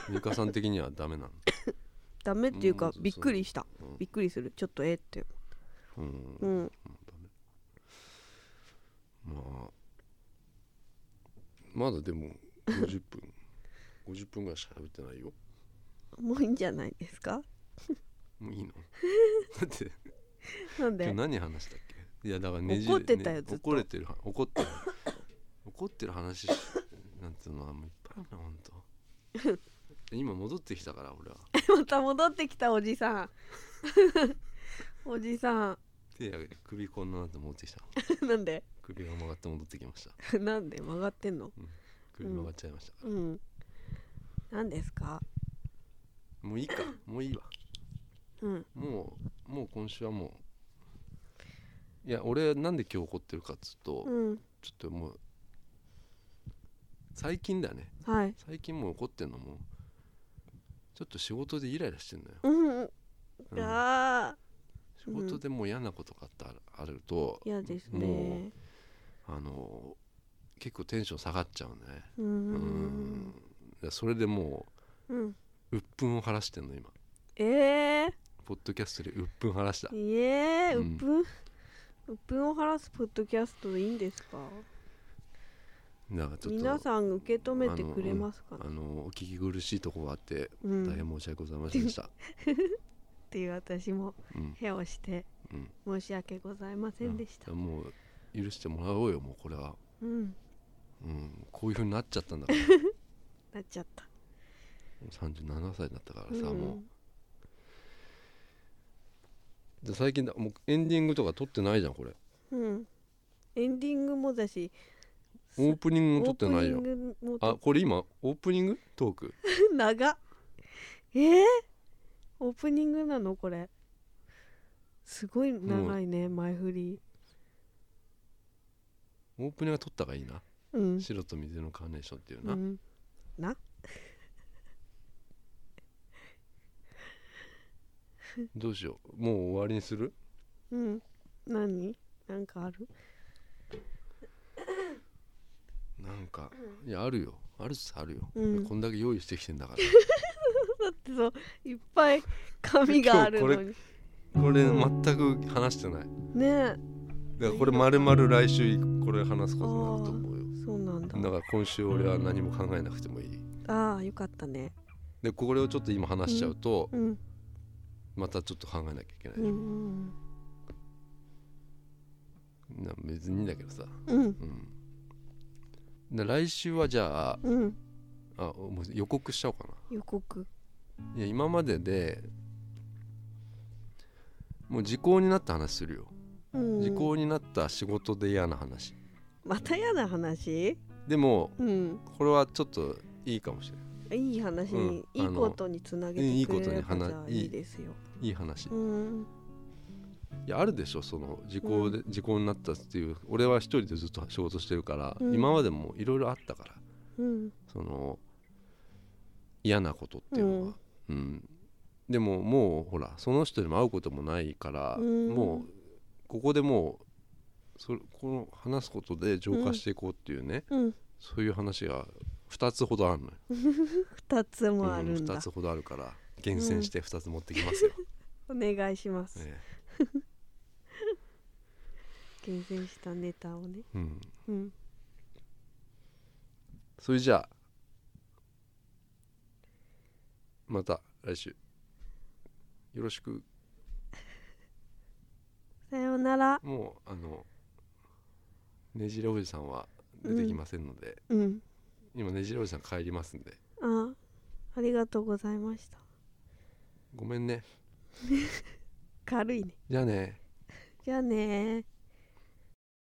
A: 美香さん的にはダメなの
B: ダメっていうか、
A: うんそう
B: びっくりした、
A: うん
B: びっくりするちょっとえって
A: うん
B: うん、
A: まあまだでも50分50分ぐらいしか喋ってないよ
B: もういいんじゃないですか
A: もう
B: (laughs)
A: いいのだって
B: なん
A: 今
B: で
A: 日何話したっけいやだからねじ
B: 怒ってたよずっと
A: 怒れてる怒ってる怒ってる話しなんていうのはもういっぱいあるなほんと
B: (laughs)
A: 今戻ってきたから俺は
B: また戻ってきたおじさんおじさん
A: 手上げて首こんななって戻ってきた
B: なんで
A: 首が曲がって戻ってきました
B: なんで曲がってんの
A: 首曲がっちゃいましたか、
B: うんなんですから
A: もういいかもういいわ
B: うん
A: もうもう今週はもういや俺なんで今日怒ってるかっつうと、
B: うん
A: ちょっともう最近だね
B: はい
A: 最近もう怒ってんのもちょっと仕事でイライラしてんのよ、
B: うん
A: うん
B: あ
A: 仕仕事でもう嫌なことがあったあると、
B: 嫌です
A: も
B: ね
A: あの結構テンション下がっちゃうね
B: うー
A: うん
B: ん
A: でそれでも
B: うん
A: う鬱憤を晴らしてんの今
B: え
A: ポッドキャストで鬱憤晴らした
B: ー、いえー、
A: う
B: うんっぷんうっぷんを晴らすポッドキャストでいいんですか
A: なんかちょっと
B: 皆さん受け止めてくれますかね
A: あのお聞き苦しいとこがあって
B: うん
A: 大変申し訳ございませんで
B: (laughs)
A: した、
B: っていう私も
A: うん
B: へをして
A: うん
B: 申し訳ございませんでした
A: うんもう許してもらおうよもうこれは、
B: うん
A: うん、こういうふうになっちゃったんだから
B: (laughs) なっちゃった
A: 37歳だったから
B: う
A: さ、
B: ん
A: もうで最近だもうエンディングとか撮ってないじゃんこれ
B: うんエンディングもだし
A: オープニングも撮ってないじゃん
B: オープニングも
A: あこれ今オープニングトーク
B: 長っえー、オープニングなのこれすごい長いね、前振り
A: オープニングは撮った方がいいな
B: うん、
A: 白と水のカーネーションっていう
B: う
A: な、
B: ん、な
A: どうしようもう終わりにする
B: うん何なんかある
A: なんかいやあるよあるっすあるよ、
B: うん
A: こんだけ用意してきてんだから
B: だってそういっぱい紙があるのに
A: これ全く話してない
B: ねえ
A: だからこれまるまる来週これ話すことになると思うよ
B: そうなんだ
A: だから今週俺は何も考えなくてもいい
B: ああよかったね
A: でこれをちょっと今話しちゃうと、
B: うん
A: またちょっと考えなきゃいけない、
B: うんうん
A: な別にだけどさ
B: うん
A: うんで来週はじゃあ
B: うん
A: あもう予告しちゃおうか
B: 予告
A: ないや今まででもう時効になった話するよ、
B: うん
A: 時効になった仕事で嫌な話
B: また嫌な話
A: でも
B: うん
A: これはちょっといいかもしれない
B: いい話に、
A: うん
B: い
A: あ
B: い
A: の
B: ことにつなげ
A: い
B: て
A: いこ
B: く
A: と
B: れ
A: に
B: れば
A: 話
B: じゃあいいですよ
A: いい話、
B: うん
A: いやあるでしょその時効で、時効になったっていう俺は一人でずっと仕事してるから、
B: うん
A: 今までもいろいろあったから
B: うん
A: その嫌なことっていうのは、うんでももうほらその人にも会うこともないから、
B: うん
A: もうここでもうそれこの話すことで浄化していこうっていうね、
B: うん
A: そういう話が2つほどあるのよ、
B: 二つもあ
A: う
B: る
A: ん、
B: んだ、
A: 2つほどあるから厳選して2つ持ってきます
B: (laughs)
A: よ、
B: お願いします、
A: ええ
B: 厳選したネタをね
A: うん、
B: うん
A: それじゃあまた来週よろしく
B: さようなら
A: もうあのねじれおじさんは出てきませんので、
B: うん
A: 今ねじれおじさん帰りますんで
B: あありがとうございました
A: ごめんね
B: 軽いね
A: じゃあね
B: じゃあねー